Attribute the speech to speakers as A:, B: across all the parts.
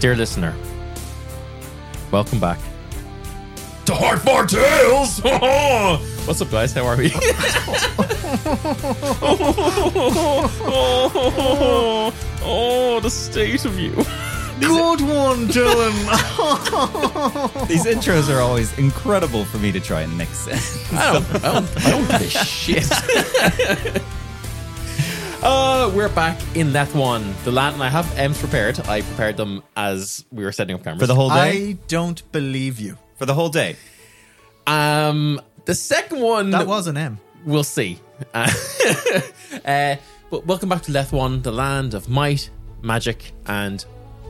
A: Dear listener, welcome back to Hard Tales. What's up, guys? How are we? oh, the state of you.
B: Good one, Dylan.
C: These intros are always incredible for me to try and mix in.
A: I don't, I don't, I don't give a shit. uh, we're back in that one. The land, and I have M's prepared. I prepared them as we were setting up cameras
C: For the whole day?
B: I don't believe you.
C: For the whole day.
A: Um, the second one
B: That was an M.
A: we'll see. Uh, uh, but welcome back to Leth One, the land of might, magic, and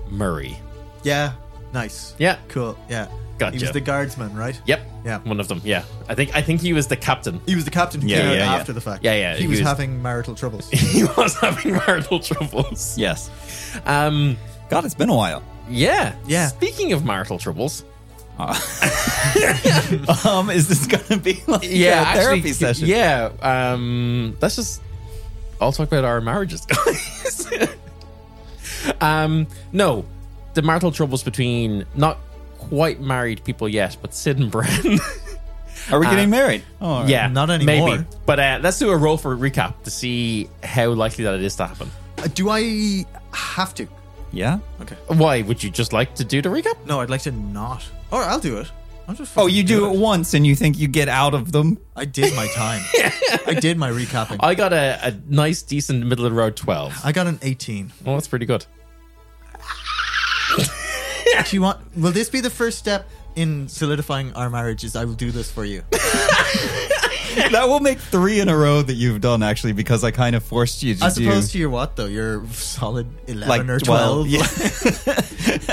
A: Murray.
B: Yeah. Nice.
A: Yeah.
B: Cool. Yeah. He
A: Gotcha.
B: was the guardsman, right?
A: Yep.
B: Yeah.
A: One of them. Yeah. I think I think he was the captain.
B: He was the captain who
C: Yeah,
B: came out
C: yeah, yeah.
B: after the fact.
A: Yeah, yeah,
B: He,
A: he
B: was,
A: was-
B: having marital troubles.
A: He was having marital troubles.
C: Yes.
A: Um.
C: God, it's been a while.
A: Yeah.
B: Yeah.
A: Speaking of marital troubles.
C: Um, is this gonna be like a
A: actually,
C: therapy session?
A: Yeah. Um. Let's just. I'll talk about our marriages, guys. um. No, the marital troubles between not quite married people yet, but Sid and Bren.
C: Are we getting married? Oh, all right.
A: yeah,
B: Uh, Not anymore.
A: Maybe. But uh, let's do a roll for a recap to see how likely that it is to happen.
B: Uh, Do I have to?
C: Yeah?
B: Okay.
A: Why would you just like to do the recap?
B: No, I'd like to not. Or I'll do it. I'll just
C: Oh,
B: fucking
C: you do it once and you think you get out of them?
B: I did my time. I did my recapping.
A: I got a, a nice, decent middle of the road twelve.
B: I got an 18.
A: Well, that's pretty good.
B: Do you want? Will this be the first step in solidifying our marriage? Is I will do this for you.
C: that will make three in a row that you've done actually because I kind of forced you to
B: As
C: do
B: opposed to your what though? Your solid eleven
C: like
B: or twelve.
C: Yeah.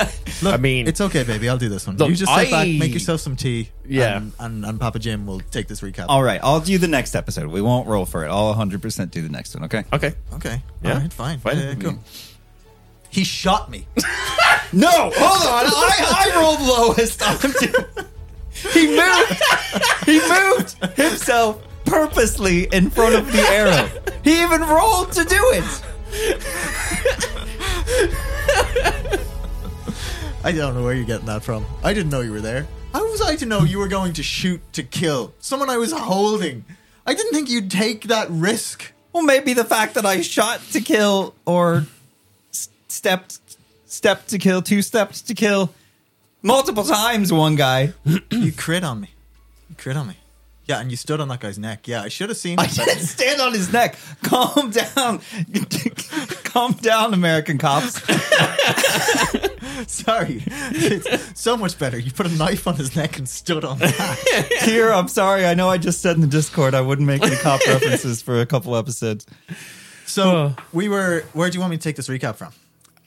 B: Look,
A: I mean-
B: it's okay, baby. I'll do this one.
A: Look,
B: you just sit back,
A: I-
B: make yourself some tea.
A: Yeah.
B: and, and, and Papa Jim will take this recap.
C: all right, I'll do the next episode. We won't roll for it. I'll 100% do the next one, okay?
A: Okay.
B: Okay.
A: Yeah.
B: All right. Fine.
A: Fine. Mm.
B: Yeah, cool. He shot me.
C: No! Hold on! I, I rolled lowest. I'm doing... He moved! He moved himself purposely in front of the arrow. He even rolled to do it!
B: I don't know where you're getting that from. I didn't know you were there. How was I to know you were going to shoot to kill someone I was holding? I didn't think you'd take that risk.
C: Well, maybe the fact that I shot to kill or s- stepped, stepped to kill, two steps to kill, multiple times one guy.
B: You crit on me. You crit on me. Yeah, and you stood on that guy's neck. Yeah, I should have seen.
C: I
B: it,
C: didn't stand on his neck. Calm down. Calm down, American cops.
B: but- Sorry. It's so much better. You put a knife on his neck and stood on that.
C: Here, I'm sorry. I know I just said in the Discord I wouldn't make any cop references for a couple episodes.
B: So
A: Oh.
B: we were. Where do you want me to take this recap from?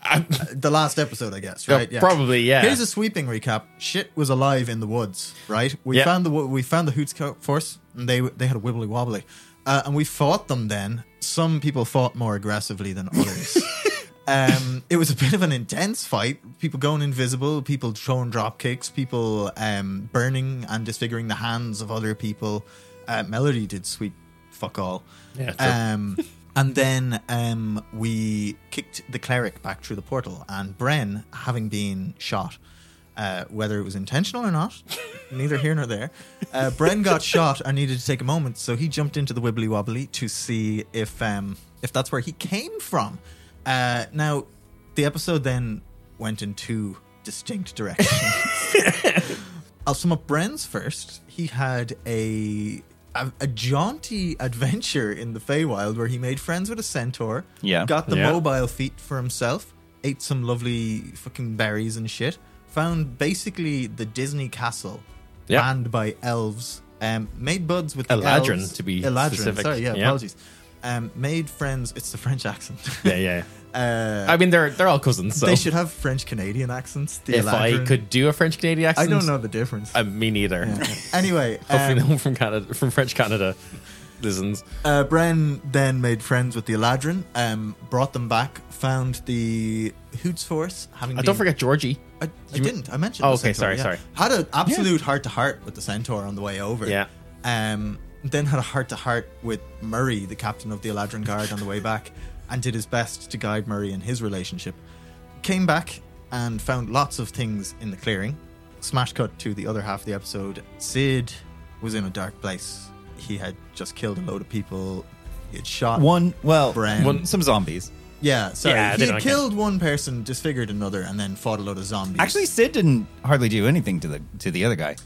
B: Uh, The last episode, I guess. Right. Yeah.
A: Probably. Yeah.
B: Here's a sweeping recap. Shit was alive in the woods, right? We
A: Yeah.
B: found the wo- we found the Hoots co- force, and they they had a wibbly wobbly, uh, and we fought them. Then some people fought more aggressively than others. um, it was a bit of an intense fight. People going invisible, people throwing drop kicks, people um, burning and disfiguring the hands of other people. Uh, Melody did sweet fuck all.
A: Yeah, true.
B: Um, and then um, we kicked the cleric back through the portal, and Bren, having been shot, uh, whether it was intentional or not, neither here nor there, uh, Bren got shot and needed to take a moment, so he jumped into the wibbly wobbly to see if um, if that's where he came from. Uh, now, the episode then went in two distinct directions. I'll sum up Bren's first. He had a, a a jaunty adventure in the Feywild where he made friends with a centaur.
C: Yeah.
B: Got the
A: Yeah.
B: mobile feet for himself. Ate some lovely fucking berries and shit. Found basically the Disney castle
A: Yeah.
B: banned by elves. Um, made buds with the
A: Eladrin,
B: elves.
A: to be
B: Eladrin,
A: specific.
B: Sorry, yeah,
A: Yeah.
B: apologies. Um, made friends. It's the French accent.
A: yeah. Yeah.
B: uh,
A: I mean, they're they're all cousins. So
B: They should have French Canadian accents. The
A: if I
B: Eladrin.
A: could do a French Canadian
B: I
A: accent,
B: don't know the difference.
A: Uh, me neither.
B: anyway,
A: Hopefully,
B: um,
A: no one from Canada, from French Canada, listens.
B: Uh, Bren then made friends with the Eladrin, um, brought them back, found the Hoots Force. Having
A: Uh,
B: been-
A: don't forget Georgie.
B: I, I
A: you-
B: didn't. I mentioned.
A: Oh,
B: the
A: okay,
B: Centaur,
A: sorry,
B: yeah.
A: sorry.
B: Had an absolute heart to heart with the Centaur on the way over.
A: Yeah.
B: Um, then had a heart to heart with Murray, the captain of the Eladrin Guard, on the way back, and did his best to guide Murray in his relationship. Came back, and found lots of things in the clearing. Smash cut to the other half of the episode. Sid was in a dark place. He had just killed a load of people. He had shot
C: One, well,
B: Bran.
C: one- some zombies.
B: Yeah, sorry.
A: Yeah, they
B: he
A: don't
B: had killed one person, disfigured another, and then fought a load of zombies.
C: Actually, Sid didn't hardly do anything to the to the other guy.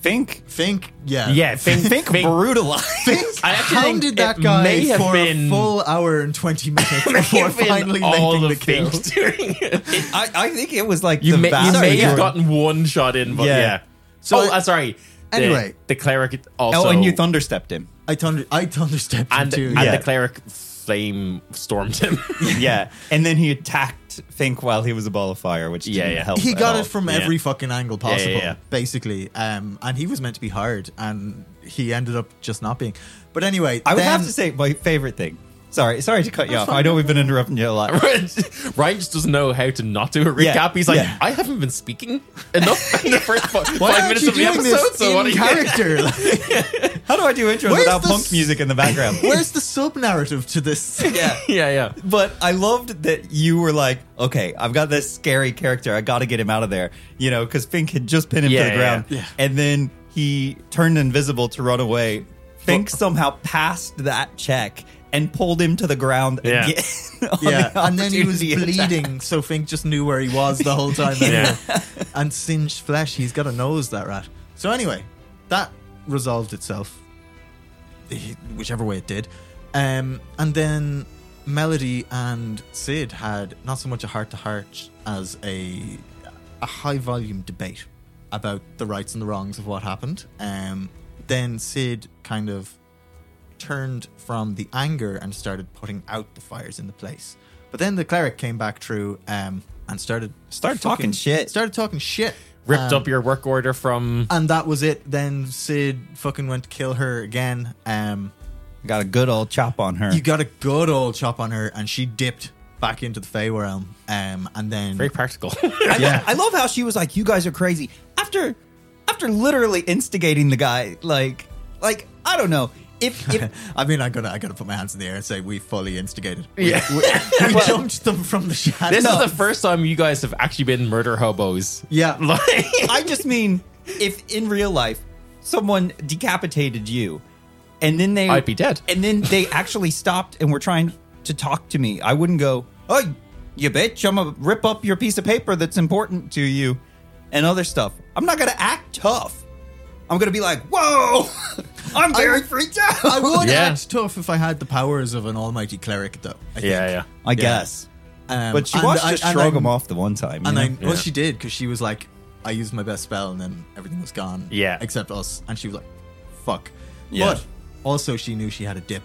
C: Fink,
B: Fink, yeah,
A: Yeah, Fink.
C: Fink,
A: Fink.
C: brutalized.
B: Fink
A: I actually think
B: hounded that
A: it
B: guy
A: may have
B: for
A: been-
B: a full hour and twenty minutes before
A: Even
B: finally
A: all
B: making the
A: of
B: kill.
A: Fink's doing it.
C: I, I think it was like
A: You
C: the
A: may, you
C: vast
A: may have
C: majority-
A: gotten one shot in, but yeah.
C: Yeah.
A: So,
B: So-
A: oh, uh, sorry. The-
B: Anyway.
A: the cleric also.
C: oh, and you thunderstepped him.
B: I thunder, I thunderstepped him
A: and,
B: too.
A: and
B: yeah.
A: the cleric flame stormed him.
C: yeah, and then he attacked Fink while he was a ball of fire, which
A: Yeah,
C: yeah, didn't
A: yeah.
C: help.
B: he
C: at
B: got
C: all.
B: it from
A: Oh, Yeah.
B: every fucking angle
A: yeah,
B: possible,
A: yeah.
B: basically. Um, and he was meant to be hard, and he ended up just not being. But anyway,
C: I would
B: then-
C: have to say my favorite thing. Sorry, sorry to cut you
B: That's
C: off.
B: fine.
C: I know we've been interrupting you a lot.
A: Ryan just doesn't know how to not do a recap.
C: Yeah,
A: He's like,
C: yeah.
A: I haven't been speaking enough in the first fi- five,
B: why aren't
A: minutes
B: you
A: of the
B: doing
A: episode.
B: this
A: So what are
B: in
A: you
B: character? Like,
C: How do I do intros
B: Where's
C: without
B: the
C: punk
B: s-
C: music in the background?
B: where's the sub narrative to this?
C: yeah.
A: Yeah, yeah.
C: But I loved that you were like, okay, I've got this scary character. I got to get him out of there. You know, because Fink had just pinned him
A: Yeah,
C: to
A: yeah,
C: the ground.
B: yeah. Yeah.
C: And then he turned invisible to run away. Fink somehow passed that check and pulled him to the ground
A: Yeah.
C: again. on
B: Yeah,
C: the
B: and then he was
C: opportunity attack.
B: bleeding, so Fink just knew where he was the whole time.
A: Yeah.
B: anyway. And singed flesh, he's got a nose, that rat. So anyway, that resolved itself, eh, whichever way it did. Um, and then Melody and Sid had not so much a heart to heart as a, a high volume debate about the rights and the wrongs of what happened. Um, then Sid kind of turned from the anger and started putting out the fires in the place. But then the cleric came back through um, and started
C: Started talking shit.
B: Started talking shit.
A: Ripped
B: Um,
A: up your work order from.
B: and that was it. Then Sid fucking went to kill her again. Um,
C: Got a good old chop on her.
B: you got a good old chop on her, and she dipped back into the Fey realm. Um, and then
A: Very practical.
C: I, lo-
B: Yeah.
C: I love how she was like, "You guys are crazy." After, after literally instigating the guy, like, like I don't know if, if
B: I mean, I gotta, I gotta put my hands in the air and say we fully instigated.
A: Yeah.
B: we, we- we jumped them from the shadow.
A: this is the first time you guys have actually been murder hobos.
B: yeah.
A: Like,
C: I just mean if in real life someone decapitated you, and then they
A: I'd be dead.
C: and then they actually stopped and were trying to talk to me. I wouldn't go, "Oh, you bitch! I'm gonna rip up your piece of paper that's important to you, and other stuff." I'm not gonna act tough. I'm gonna be like, "Whoa, I'm very freaked out."
B: I would
A: Yeah.
B: act tough if I had the powers of an almighty cleric, though. I think.
A: yeah,
C: I guess.
B: Um,
C: But she
B: and
C: watched
B: I-
C: us
B: and
C: shrug
B: I-
C: him off the one time. you
B: And I,
C: know?
A: Yeah.
B: well, she did because she was like, I used my best spell and then everything was gone.
A: Yeah.
B: Except us. And she was like, fuck.
C: Yeah.
B: But also, she knew she had a dip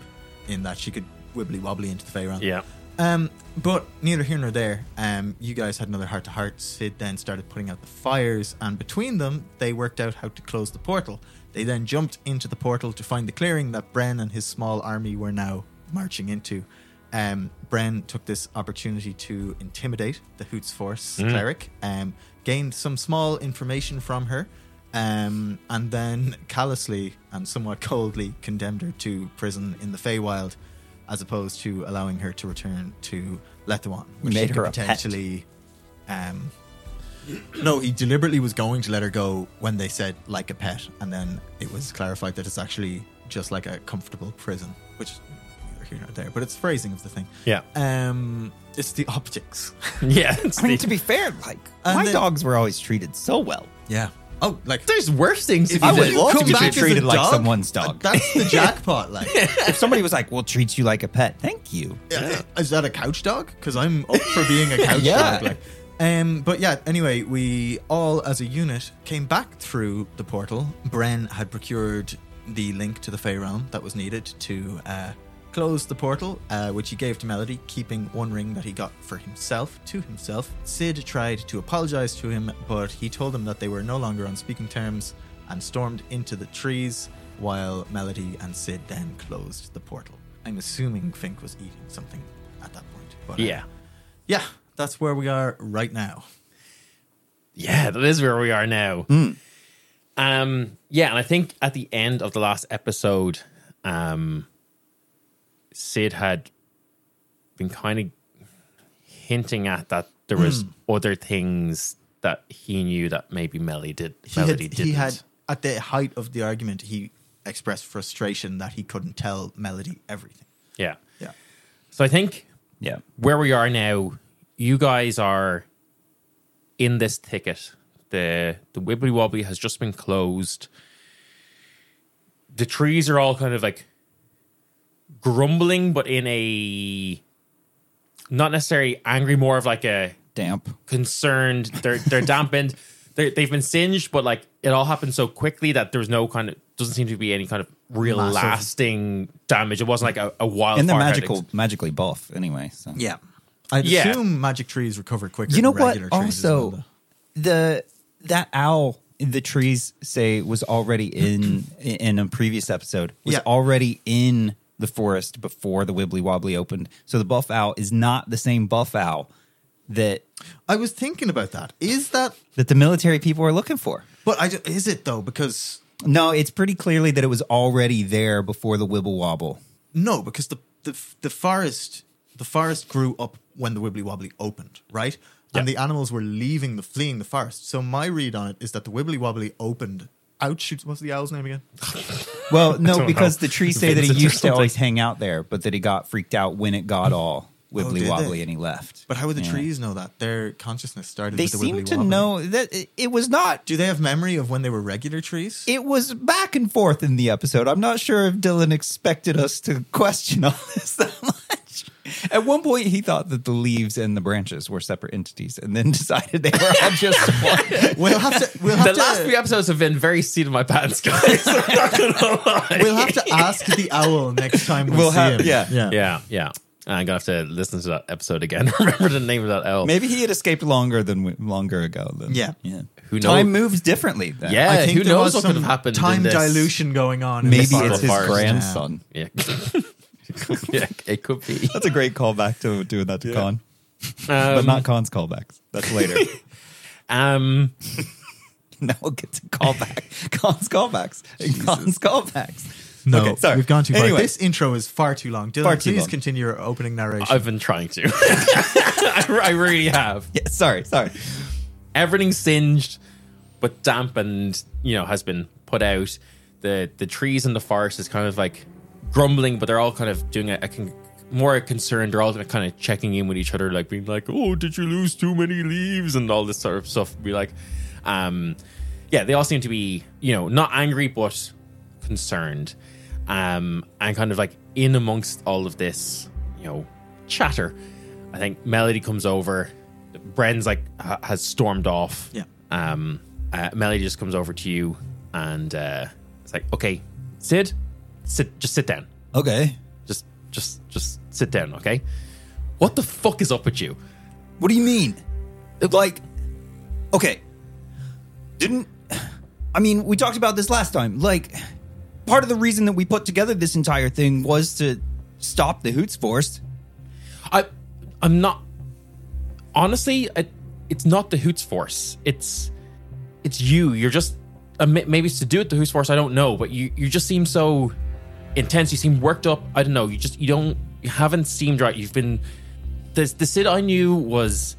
B: in that she could wibbly wobbly into the Feyran.
A: yeah,
B: Um, but neither here nor there. Um, you guys had another heart to heart. Sid then started putting out the fires, and between them, they worked out how to close the portal. They then jumped into the portal to find the clearing that Bren and his small army were now marching into. Um, Bren took this opportunity to intimidate the Hoots Force cleric, um, gained some small information from her, um, and then callously and somewhat coldly condemned her to prison in the Feywild as opposed to allowing her to return to Letuan, which she
C: made her
B: could
C: a pet.
B: potentially. Um, no, he deliberately was going to let her go when they said like a pet, and then it was clarified that it's actually just like a comfortable prison, which neither here nor there, but it's phrasing of the thing.
A: yeah,
B: Um, it's the optics.
A: yeah. it's
C: I mean,
A: the-
C: to be fair, like
B: And
C: my
B: then-
C: dogs were always treated so well.
B: yeah. Oh, like
A: there's worse things. If
C: I
A: you
C: would
A: did.
C: love
B: come
C: to be
B: back as a
C: treated like
B: dog,
C: someone's dog.
B: That's the jackpot. Like,
C: if somebody was like, "We'll treat you like a pet," thank you.
B: Uh, is that a couch dog? Because I'm up for being a couch
C: Yeah.
B: dog. Like. Um, but yeah, anyway, we all as a unit came back through the portal. Bren had procured the link to the Fey Realm that was needed to uh, close the portal, uh, which he gave to Melody, keeping one ring that he got for himself to himself. Sid tried to apologize to him, but he told him that they were no longer on speaking terms and stormed into the trees while Melody and Sid then closed the portal. I'm assuming Fink was eating something at that point. But, uh,
A: yeah,
B: yeah, that's where we are right now.
A: yeah. That is where we are now. Um, yeah, and I think at the end of the last episode, um, Sid had been kind of hinting at that there was other things that he knew that maybe Melly did.
B: he had,
A: Melody didn't.
B: he had at the height of the argument he expressed frustration that he couldn't tell melody everything
A: yeah.
B: yeah
A: So I think
C: Yeah.
A: where we are now, you guys are in this ticket. The the wibbly wobbly has just been closed. The trees are all kind of like grumbling, but in a not necessarily angry, more of like a
C: Damp.
A: concerned. They're they're dampened. They're, they've been singed, but like it all happened so quickly that there's no kind of doesn't seem to be any kind of real
B: Massive.
A: lasting damage. It wasn't like a, a wildfire.
C: And they're
A: outage.
C: magical, magically buff anyway. So.
B: yeah i
A: Yeah.
B: assume magic trees recover quicker
C: You know
B: than
C: what?
B: regular trees as
C: Also,
B: well,
C: the that owl in the trees say was already in in a previous episode was
B: Yeah.
C: already in the forest before the wibbly wobbly opened. So the buff owl is not the same buff owl that
B: though. i was thinking about that is that
C: that the military people are looking for.
B: but i ju- is it though because
C: No, it's pretty clearly that it was already there before the wibble wobble.
B: no because the the, the forest the forest grew up when the wibbly wobbly opened right and
A: Yeah.
B: the animals were leaving the fleeing the forest so my read on it is that the wibbly wobbly opened outshoots what's the owl's name again
C: Well, no,
A: don't
C: because
A: know.
C: the trees say that he
A: Vincent or
C: used to
A: something. Oh.
C: always hang out there, but that he got freaked out when it got all
B: Oh, did
C: wibbly
B: they?
C: wobbly and he left.
B: But how would the
C: Yeah.
B: trees know that? Their consciousness started
C: They
B: with the
C: seem
B: wibbly
C: to
B: wobbly.
C: know that it, it was not.
B: Do they have memory of when they were regular trees?
C: It was back and forth in the episode. I'm not sure if Dylan expected us to question all this that much. At one point, he thought that the leaves and the branches were separate entities, and then decided they were all just one.
B: we'll have to we'll
A: The
B: have
A: last few
B: to,
A: episodes have been very seat of my pants, guys. I'm not gonna lie.
B: we'll have to ask the owl next time we
C: We'll
B: see
C: have-
B: him.
C: yeah.
B: yeah.
A: yeah, yeah. Uh, I'm gonna have to listen to that episode again. Remember the name of that L.
C: Maybe he had escaped longer than we- longer ago. Than,
B: Yeah.
C: yeah.
A: Who
C: Time
A: knows?
C: moves differently. Then.
A: Yeah,
B: I think
A: who
B: there
A: knows
B: was
A: what could
B: some
A: have happened in
B: Time
A: this.
B: dilution going on. in
C: Maybe
B: the
C: it's his
A: forest.
C: grandson.
A: Yeah. yeah, it could be.
C: That's a great callback to doing that to Con, but
A: Um,
C: not Con's callbacks. That's later.
A: um,
C: now we'll get to callback. Con's callbacks. And Con's callbacks.
B: No,
C: Okay, sorry.
B: we've gone too far.
C: Anyway.
B: This intro is far too long. Dylan,
C: Far too
B: please
C: long.
B: continue your opening narration.
A: I've been trying to. I, I really have.
C: Yeah, sorry, sorry.
A: everything's singed but dampened you know has been put out the the trees in the forest is kind of like grumbling but they're all kind of doing a, a con- more concerned they're all kind of checking in with each other like being like oh did you lose too many leaves and all this sort of stuff be like um yeah they all seem to be you know not angry but concerned um and kind of like in amongst all of this you know chatter i think melody comes over bren's like ha- has stormed off
B: Yeah.
A: um uh, melody just comes over to you and uh it's like okay sid sit just sit down
C: Okay.
A: just just just sit down okay what the fuck is up with you
C: What do you mean? Like, okay. Didn't. I mean, we talked about this last time. Like, part of the reason that we put together this entire thing was to stop the Hoots Force.
A: I, I'm not. Honestly, I, it's not the Hoots Force. It's, it's you. You're just, uh, ma- maybe it's to do with the Hoots Force. I don't know, but you, you just seem so intense. You seem worked up. I don't know. You just, you don't, you haven't seemed right. You've been, the the Sid I knew was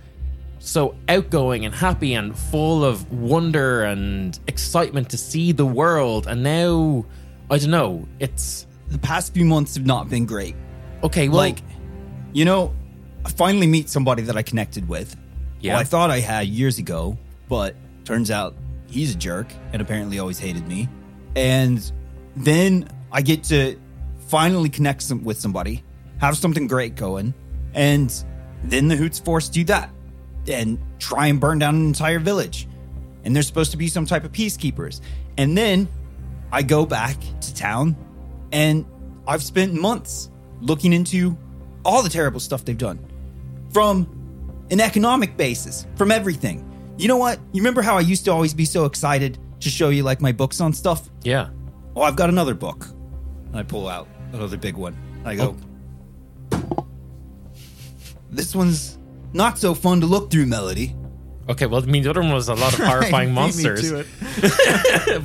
A: so outgoing and happy and full of wonder and excitement to see the world, and now, I don't know. It's
C: The past few months have not been great.
A: okay. Well,
C: like, you know, I finally meet somebody that I connected with.
A: Yeah.
C: Well, I thought I had years ago, but turns out he's a jerk and apparently always hated me. And then I get to finally connect some, with somebody, have something great going, and then the Hoots Force do that and try and burn down an entire village. And they're supposed to be some type of peacekeepers. And then I go back to town and I've spent months looking into all the terrible stuff they've done from an economic basis, from everything. You know what? You remember how I used to always be so excited to show you like my books on stuff?
A: yeah.
C: Oh, I've got another book. And I pull out another big one. I go, This one's not so fun to look through, Melody.
A: Okay, well, I mean, the other one was a lot of horrifying
B: Beat me
A: monsters.
B: to it.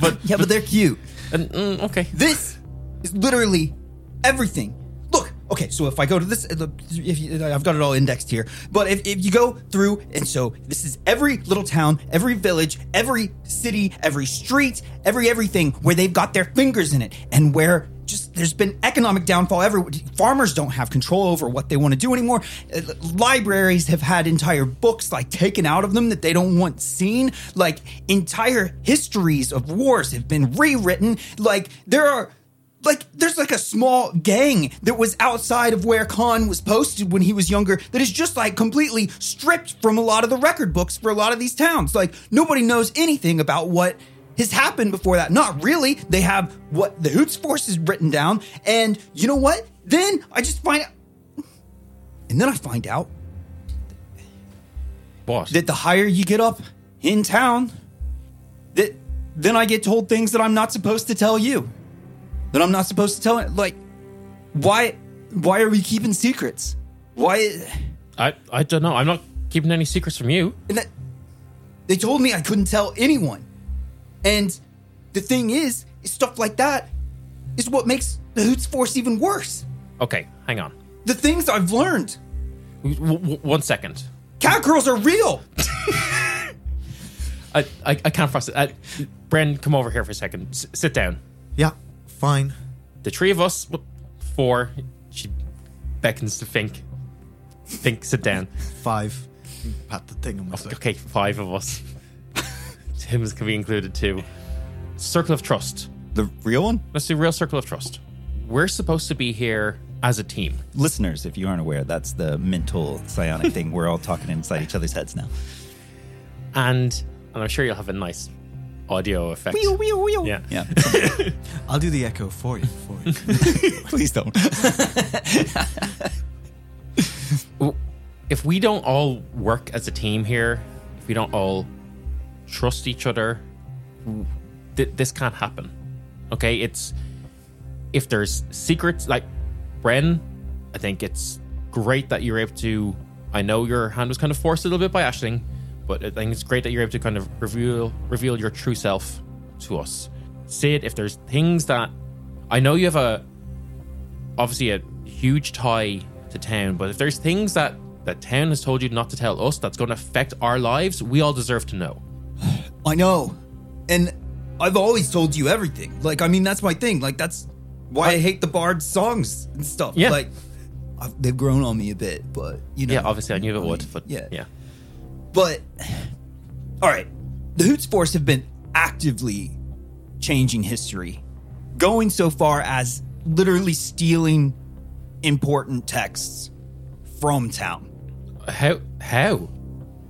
A: but
C: Yeah, but they're cute.
A: and, mm, okay,
C: This is literally everything. Look, okay, so if I go to this, uh, if you, I've got it all indexed here. But if, if you go through, and so this is every little town, every village, every city, every street, every everything where they've got their fingers in it, and where just there's been economic downfall everywhere. Farmers don't have control over what they want to do anymore. Uh, Libraries have had entire books like taken out of them that they don't want seen. Like entire histories of wars have been rewritten. Like there are like there's like a small gang that was outside of where Khan was posted when he was younger that is just like completely stripped from a lot of the record books for a lot of these towns. Like nobody knows anything about what has happened before that. Not really. They have what the Hoots force is written down, and you know what? Then I just find out and then I find out
A: What?
C: that the higher you get up in town, that then I get told things that I'm not supposed to tell you. That I'm not supposed to tell like why why are we keeping secrets? Why
A: I I don't know. I'm not keeping any secrets from you.
C: and that they told me I couldn't tell anyone. And the thing is, is stuff like that is what makes the Hoots Force even worse.
A: Okay, hang on.
C: The things I've learned.
A: W- w- one second.
C: Catgirls are real.
A: I I, I can't process. I, Bren, come over here for a second. S- sit down.
B: Yeah, fine.
A: The three of us, w- four. She beckons to Fink. Fink, sit down.
B: Five. Pat the thing on my side.
A: Okay, five of us. Tim's can be included too. Circle of trust.
C: The real one?
A: Let's do real circle of trust. We're supposed to be here as a team.
C: listeners, if you aren't aware, that's the mental psionic thing. We're all talking inside each other's heads now.
A: and and I'm sure you'll have a nice audio effect. Yeah.
C: Yeah.
B: I'll do the echo for you. For you.
C: Please don't.
A: W- If we don't all work as a team here, if we don't all trust each other, th- this can't happen. Okay, it's if there's secrets like Bren, I think it's great that you're able to. I know your hand was kind of forced a little bit by Ashling, but I think it's great that you're able to kind of reveal reveal your true self to us. Sid, if there's things that I know you have a obviously a huge tie to town, but if there's things that that town has told you not to tell us that's going to affect our lives, we all deserve to know.
C: I know. And I've always told you everything. Like, I mean, that's my thing. Like, that's why I, hate the Bard's songs and stuff.
A: Yeah.
C: Like, I've, they've grown on me a bit, but, you know.
A: Yeah, obviously I knew it would, but
C: yeah.
A: yeah.
C: But all right, the Hoots Force have been actively changing history, going so far as literally stealing important texts from town.
A: How how?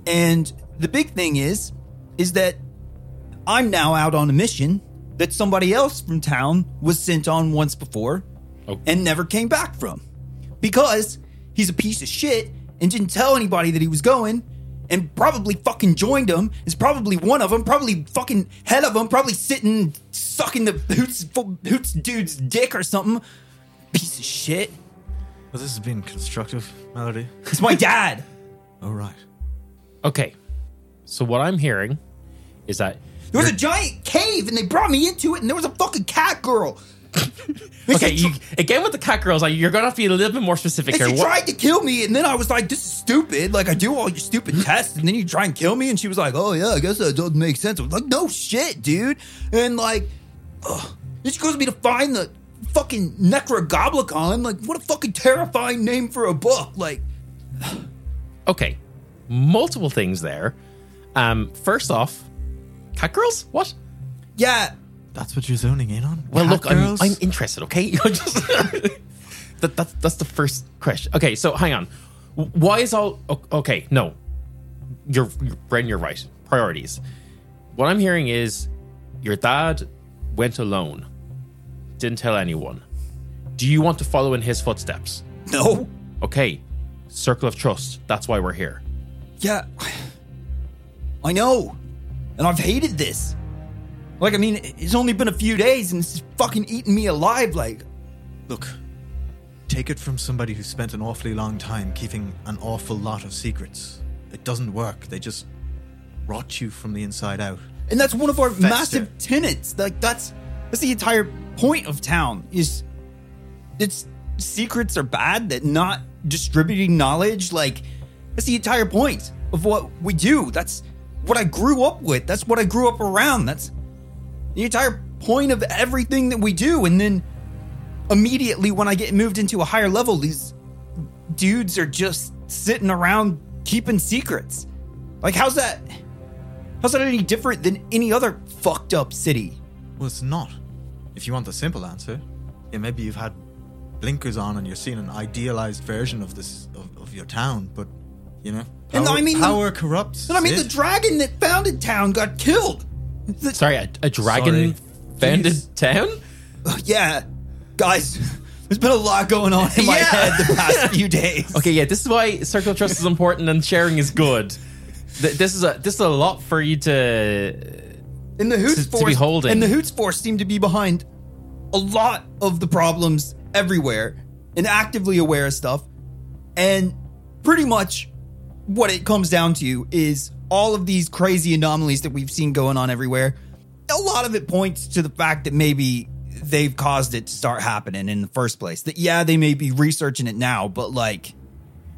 C: And the big thing is, is that I'm now out on a mission that somebody else from town was sent on once before
A: Oh.
C: and never came back from because he's a piece of shit and didn't tell anybody that he was going and probably fucking joined him is probably one of them probably fucking head of them probably sitting sucking the hoots, hoots dude's dick or something piece of shit
B: Well, this has been constructive, Melody.
C: it's my dad
B: All right.
A: Okay. So what I'm hearing is that
C: There was a giant cave, and they brought me into it, and there was a fucking cat girl. They
A: okay,
C: said tr-
A: you, again with the cat girls, like you're gonna have to be a little bit more specific
C: and
A: here.
C: she
A: What,
C: tried to kill me, and then I was like, "This is stupid." Like I do all your stupid tests, and then you try and kill me. And she was like, "Oh yeah, I guess that doesn't make sense." I was like, "No shit, dude." And like, ugh. And she goes me to find the fucking Necrogoblicon. Like, what a fucking terrifying name for a book. Like,
A: okay, multiple things there. Um, first off, cat girls. What?
C: yeah,
B: That's what you're zoning in on?
A: Well,
B: Cat
A: look, I'm,
B: girls?
A: I'm interested. Okay, Just- that, that's that's the first question. Okay, so hang on. W- Why is all o- okay? No, you're, you're Bren. You're right. Priorities. What I'm hearing is your dad went alone, didn't tell anyone. Do you want to follow in his footsteps?
C: no,
A: Okay, circle of trust. That's why we're here.
C: Yeah, I know. And I've hated this. Like, I mean, it's only been a few days and this is fucking eating me alive. Like,
B: Look, take it from somebody who spent an awfully long time keeping an awful lot of secrets. It doesn't work. They just rot you from the inside out.
C: and that's one of our
B: Fester.
C: massive tenants. Like, that's that's the entire point of town is it's secrets are bad, that not distributing knowledge, like, that's the entire point of what we do. That's what I grew up with. That's what I grew up around. That's the entire point of everything that we do. And then immediately when I get moved into a higher level, these dudes are just sitting around keeping secrets. Like, how's that? How's that any different than any other fucked up city?
B: Well, it's not. If you want the simple answer, yeah, maybe you've had blinkers on and you're seeing an idealized version of this of, of your town, but you know, power,
C: And I mean-
B: power corrupts.
C: And I mean,
B: Sid.
C: the dragon that founded town got killed. The-
A: Sorry, a, a dragon
B: Sorry.
A: founded
B: Jeez.
A: town?
C: yeah, guys, there's been a lot going on in my
A: Yeah.
C: head the past few days.
A: Okay, yeah, this is why circle of trust is important and sharing is good. Th- This is a this is a lot for you to.
C: And the Hoots
A: to be
C: Force
A: holding.
C: and the Hoots Force seem to be behind a lot of the problems everywhere and actively aware of stuff. And pretty much what it comes down to is all of these crazy anomalies that we've seen going on everywhere. A lot of it points to the fact that maybe they've caused it to start happening in the first place. That yeah, they may be researching it now, but like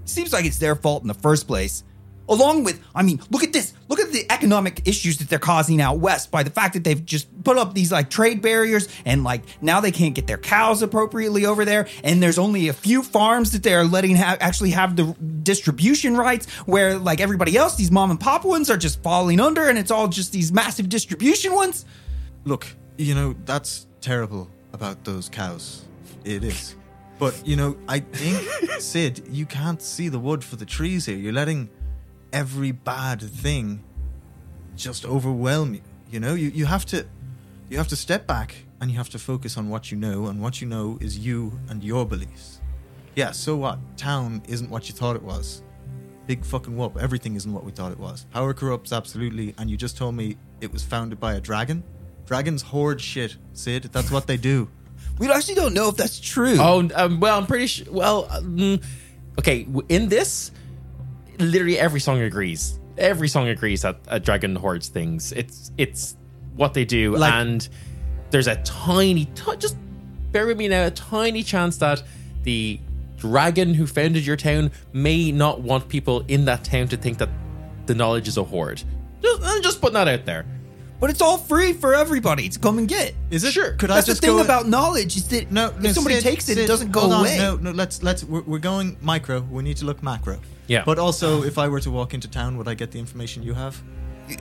C: seems like it's their fault in the first place. Along with, I mean, look at this. Look at the economic issues that they're causing out west by the fact that they've just put up these like trade barriers and like now they can't get their cows appropriately over there. And there's only a few farms that they're letting ha- actually have the distribution rights where like everybody else, these mom and pop ones are just falling under and it's all just these massive distribution ones.
B: Look, you know, that's terrible about those cows. It is. But, you know, I think, Sid, you can't see the wood for the trees here. You're letting every bad thing just overwhelm you. You know, you, you have to you have to step back and you have to focus on what you know, and what you know is you and your beliefs. Yeah, so what? Town isn't what you thought it was. Big fucking whoop, everything isn't what we thought it was. Power corrupts absolutely, and you just told me it was founded by a dragon? Dragons hoard shit, Sid. That's what they do.
C: We actually don't know if that's true.
A: Oh, um, well, I'm pretty sure. Well, um, okay, w- in this, literally every song agrees. Every song agrees that a dragon hoards things. It's it's what they do,
B: Like-
A: and there's a tiny, ti- just bear with me now, a tiny chance that the dragon who founded your town may not want people in that town to think that the knowledge is a hoard. Just, I'm just putting that out there.
C: But it's all free for everybody to come and get.
B: Is it?
A: Sure.
B: Could I
C: That's the
B: just
C: thing
B: go-
C: about knowledge is that
B: No,
C: if
B: no,
C: somebody
B: Sid,
C: takes it,
B: Sid,
C: it doesn't go
B: hold on.
C: away.
B: No, no, let's let's we're, we're going micro. We need to look macro.
A: Yeah.
B: But also, if I were to walk into town, would I get the information you have?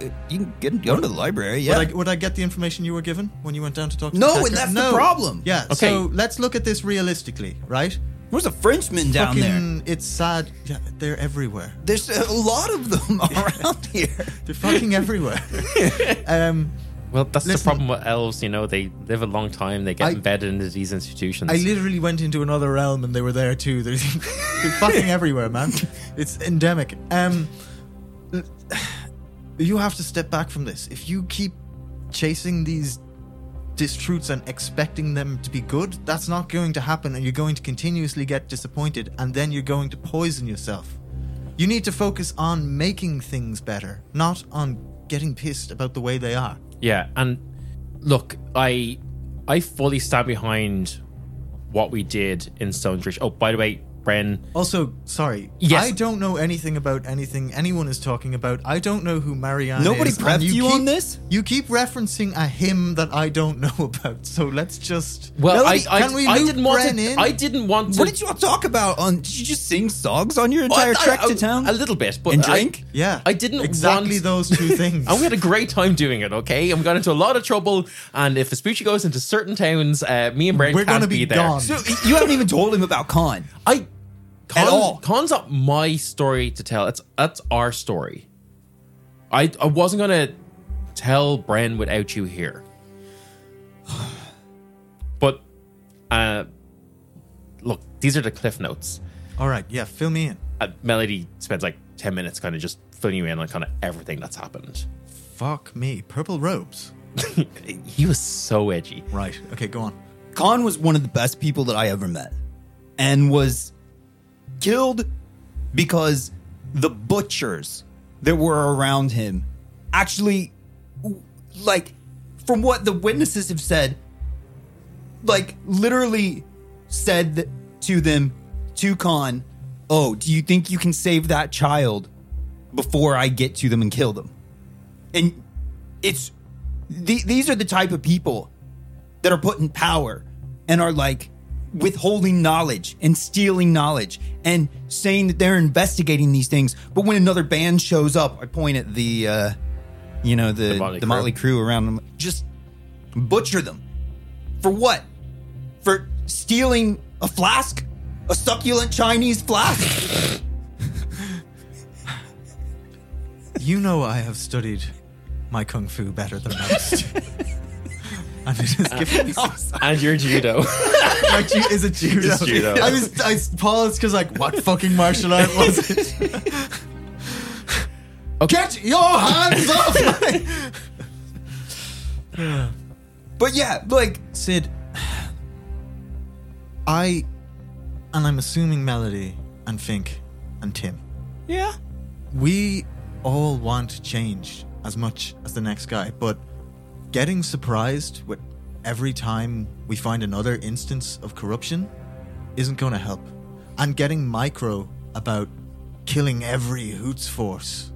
C: You can get go to the library, yeah.
B: Would I, would I get the information you were given when you went down to talk to
C: No,
B: the
C: and
B: hacker?
C: that's the problem.
B: Yeah.
A: Okay.
B: So let's look at this realistically, right?
C: There's a Frenchman down there.
B: Fucking, it's sad. Yeah, they're everywhere.
C: There's a lot of them around here.
B: They're fucking everywhere. um,
A: Well, that's the
B: Listen-
A: problem with elves. You know, they live a long time. They get
B: I-
A: embedded into these institutions.
B: I literally went into another realm and they were there too. They're, they're fucking everywhere, man. It's endemic. Um, you have to step back from this. If you keep chasing these distruths and expecting them to be good, that's not going to happen, and you're going to continuously get disappointed, and then you're going to poison yourself. You need to focus on making things better, not on getting pissed about the way they are.
A: Yeah, and look, I I fully stand behind what we did in Stonebridge. Oh, by the way, Bren,
B: Also, sorry,
A: Yes.
B: I don't know anything about anything anyone is talking about. I don't know who Marianne
C: Nobody
B: is. and
C: prepped you
B: keep-
C: on this?
B: You keep referencing a him that I don't know about, so let's just.
A: well, I,
B: Melody,
A: I,
B: can we
A: I
B: loop
A: didn't want
B: Bren
A: to,
B: in?
A: I didn't want to.
C: What did you all talk about on did you just sing songs on your
A: Well, I-
C: entire trek
A: I-
C: to town?
A: A little bit, but
C: And
A: I-
C: drink?
B: Yeah,
A: I didn't
B: exactly
A: want-
B: those two things.
A: I had a great time doing it. Okay, I'm got into a lot of trouble, and if Vespucci goes into certain towns, uh, me and Bren
B: We're
A: can't
B: gonna be
A: there.
B: gone.
C: so you haven't even told him about Khan.
A: I con,
C: At all.
A: Con's not my story to tell. That's that's our story. I I wasn't gonna tell Bren without you here, but uh, look, these are the cliff notes.
B: All right, yeah, fill me in.
A: Uh, Melody spends like ten minutes, kind of just filling you in on kind of everything that's happened.
B: Fuck me, purple robes.
A: He was so edgy.
B: Right, okay, go on.
C: Khan was one of the best people that I ever met and was killed because the butchers that were around him actually, like, from what the witnesses have said, like, literally said that to them, to Khan, oh, do you think you can save that child before I get to them and kill them? And it's the, these are the type of people that are put in power and are like withholding knowledge and stealing knowledge and saying that they're investigating these things. But when another band shows up, I point at the, uh, you know, the, the,
A: Motley
C: Motley,
A: Crue.
C: Crew around them. Just butcher them. For what? For stealing a flask? A succulent Chinese flask?
B: You know I have studied my kung fu better than most. and it has given me
A: Oh, And your judo.
B: my ju- is it judo?
A: It's judo.
B: I was I paused because like what fucking martial art was it?
A: Okay.
B: Get your hands off my
C: But yeah, like
B: Sid, I, and I'm assuming Melody and Fink and Tim,
A: yeah.
B: we all want change as much as the next guy, but getting surprised with every time we find another instance of corruption isn't going to help. And getting micro about killing every Hoots force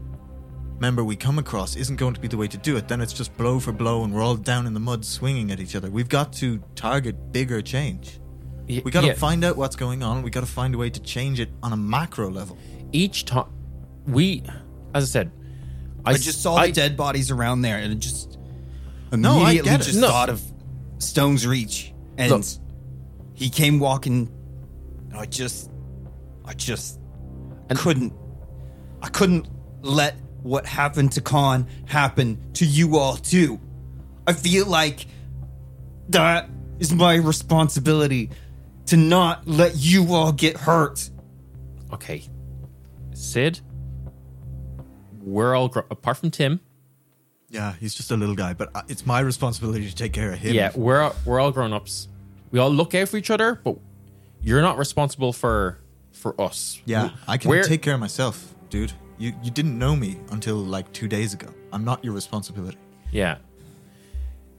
B: member we come across isn't going to be the way to do it. Then it's just blow for blow and we're all down in the mud swinging at each other. We've got to target bigger change.
A: Y-
B: We got to
A: yeah.
B: find out what's going on. We got to find a way to change it on a macro level.
A: Each time we, as I said,
C: I
A: s-
C: just saw
A: I-
C: the dead bodies around there and it just
B: No, I
C: immediately
B: get it.
C: just
A: No.
C: thought of Stone's Reach. And
A: Look.
C: he came walking and I just I just
A: And-
C: couldn't I couldn't let what happened to Khan happen to you all too. I feel like that is my responsibility to not let you all get hurt.
A: Okay. Sid, we're all, gr- apart from Tim,
B: Yeah, he's just a little guy, but uh, it's my responsibility to take care of him.
A: yeah, we're, we're all grown ups. We all look out for each other, but you're not responsible for for us.
B: Yeah,
A: W-
B: I can
A: we're-
B: take care of myself, dude. You you didn't know me until like 2 days ago. I'm not your responsibility.
A: Yeah.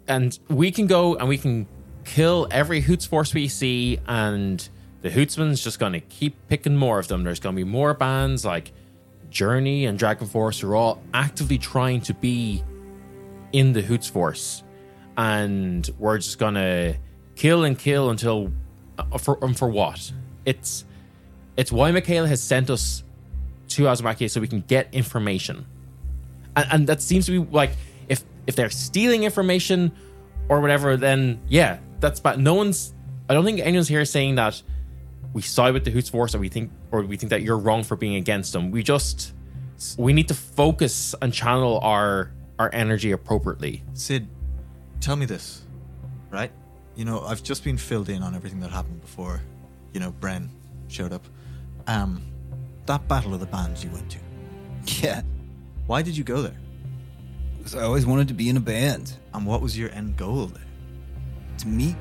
A: And we can go and we can kill every Hoots force we see, and the Hootsman's just going to keep picking more of them. There's going to be more bands like Journey and Dragon Force who are all actively trying to be in the Hoots force. And we're just going to kill and kill until. uh, For, um, for what? It's it's why Michaela has sent us to Azumaki so we can get information and, and that seems to be like if if they're stealing information or whatever then yeah that's bad no one's i don't think anyone's here saying that we side with the hoots force or we think or we think that you're wrong for being against them we just we need to focus and channel our our energy appropriately
B: Sid, tell me this, right? You know, I've just been filled in on everything that happened before, you know, Bren showed up. Um that battle of the bands you went to.
C: Yeah.
B: Why did you go there?
C: Because I always wanted to be in a band.
B: And what was your end goal there?
C: to meet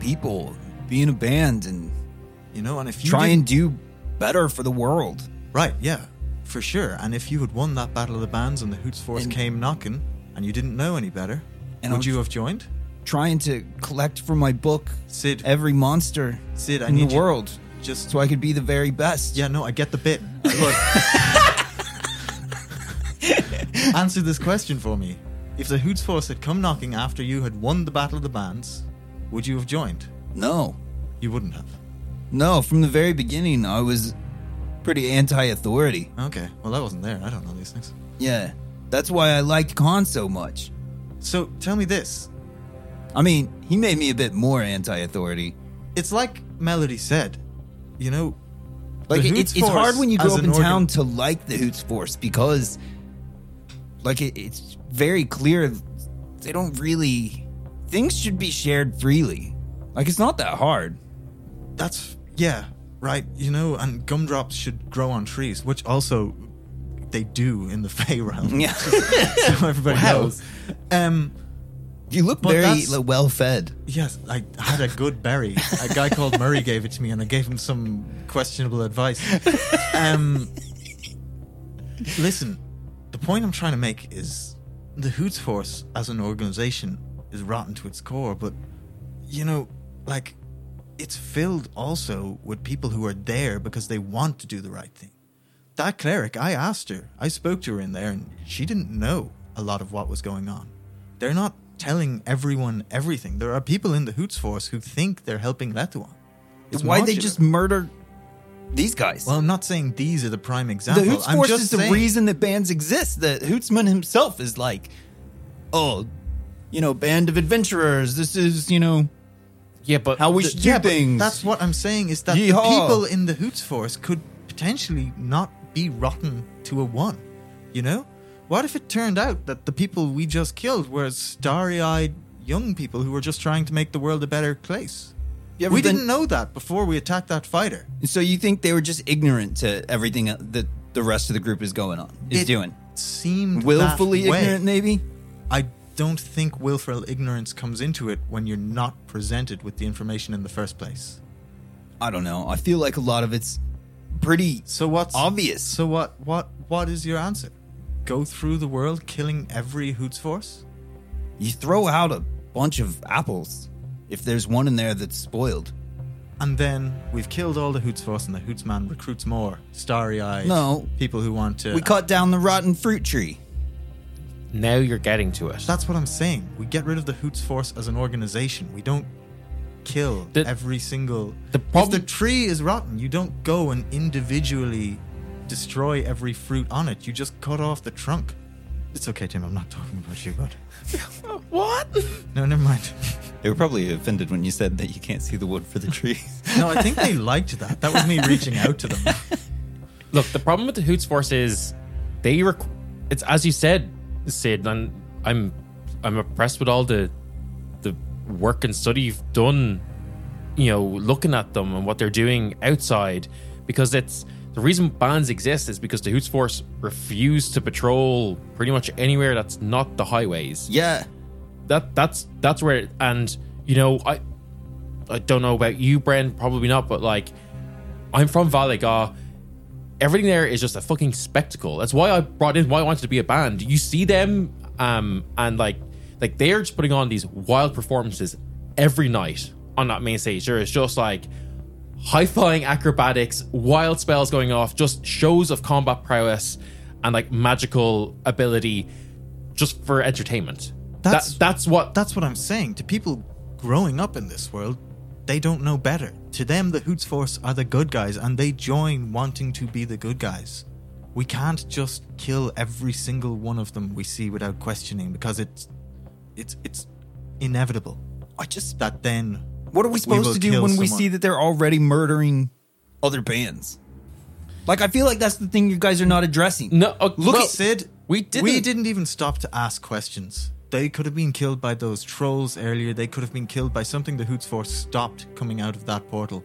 C: people, be in a band, and
B: You know, and if you
C: try
B: didn't-
C: and do better for the world.
B: Right, yeah, for sure. And if you had won that Battle of the Bands and the Hoots Force
C: And-
B: came knocking and you didn't know any better,
C: And
B: would
C: I'm-
B: you have joined?
C: Trying to collect for my book
B: Sid,
C: every monster
B: Sid, I
C: in
B: need
C: the
B: you-
C: world,
B: just.
C: so I could be the very best.
B: Yeah, no, I get the bit. Look. Answer this question for me. If the Hoots Force had come knocking after you had won the Battle of the Bands, would you have joined?
C: No,
B: You wouldn't have.
C: no. From the very beginning, I was pretty anti-authority.
B: Okay, well, that wasn't there. I don't know these things.
C: Yeah, that's why I liked Khan so much.
B: So tell me this.
C: I mean, he made me a bit more anti-authority.
B: It's like Melody said, you know,
C: Like
B: The
C: it,
B: Hoots
C: it's it's hard
B: Force
C: when you go
B: as
C: up
B: an
C: in
B: organ-
C: town to like the Hoots Force because, like, it, it's very clear they don't really things should be shared freely. Like it's not that hard.
B: That's yeah, right. You know, and gumdrops should grow on trees, which also they do in the Fey realm.
C: Yeah,
B: so everybody
A: Wow.
B: knows. Um,
C: you look
B: But
C: very
B: that's-
C: like, well fed.
B: yes, I had a good berry. A guy called Murray gave it to me, and I gave him some questionable advice. Um, listen, the point I'm trying to make is the Hoots Force as an organization is rotten to its core, but you know, like it's filled also with people who are there because they want to do the right thing. That cleric, I asked her, I spoke to her in there, and she didn't know a lot of what was going on. They're not telling everyone everything. There are people in the Hoots Force who think they're helping Letuan. It's
C: Why they
B: modular.
C: just murder these guys?
B: Well, I'm not saying these are the prime
C: the
B: example.
C: Hoots
B: I'm
C: Force
B: just
C: is the
B: saying-
C: reason that bands exist. The Hootsman himself is like, oh, you know, band of adventurers. This is, you know,
A: Yeah, but
C: how we
A: the-
C: should do things.
B: That's what I'm saying is that the
C: Yeehaw.
B: people in the Hoots Force could potentially not be rotten to a one. You know? What if it turned out that the people we just killed were starry eyed young people who were just trying to make the world a better place?
C: You ever
B: We
C: been-
B: didn't know that before we attacked that fighter.
C: So you think they were just ignorant to everything that the rest of the group is going on, is
B: It
C: doing?
B: Seemed
C: Willfully
B: that way.
C: ignorant, maybe?
B: I don't think willful ignorance comes into it when you're not presented with the information in the first place.
C: I don't know. I feel like a lot of it's pretty
B: So what's
C: obvious.
B: So what? What? What is your answer? Go through the world killing every Hoots force?
C: You throw out a bunch of apples if there's one in there that's spoiled.
B: And then we've killed all the Hoots force, and the Hoots man recruits more starry-eyed
C: No.
B: people who want to.
C: We cut down the rotten fruit tree.
A: now you're getting to it.
B: That's what I'm saying. We get rid of the Hoots force as an organization. We don't kill
A: The-
B: every single.
A: the problem-
B: if the tree is rotten, you don't go and individually destroy every fruit on it. You just cut off the trunk. It's okay, Tim. I'm not talking about you, bud.
A: what?
B: No, never mind.
C: They were probably offended when you said that you can't see the wood for the trees.
B: No, I think they liked that. That was me reaching out to them.
A: Look, the problem with the Hoots Force is they rec- it's as you said, Sid, and I'm I'm impressed with all the the work and study you've done, you know, looking at them and what they're doing outside because it's the reason bans exist is because the Hoots Force refuse to patrol pretty much anywhere that's not the highways.
C: yeah.
A: that that's that's where and you know i i don't know about you Bren, probably not but like i'm from Valigar. everything there is just a fucking spectacle that's why i brought in why i wanted to be a band you see them um and like like they're just putting on these wild performances every night on that main stage there is just like high flying acrobatics, wild spells going off, just shows of combat prowess and like magical ability just for entertainment. That's
B: That's-
A: that's what
B: That's what I'm saying. To people growing up in this world, they don't know better. To them, the Hoots Force are the good guys, and they join wanting to be the good guys. We can't just kill every single one of them we see without questioning, because it's it's it's inevitable
C: I just
B: that then
C: What are we supposed
B: will
C: to do
B: kill
C: when we
B: someone.
C: see that they're already murdering other bands? Like, I feel like that's the thing you guys are not addressing.
A: no uh,
C: Look
A: well,
C: at-
B: Sid,
A: We didn't-
B: We didn't even stop to ask questions. They could have been killed by those trolls earlier. They could have been killed by something the Hoots Force stopped coming out of that portal.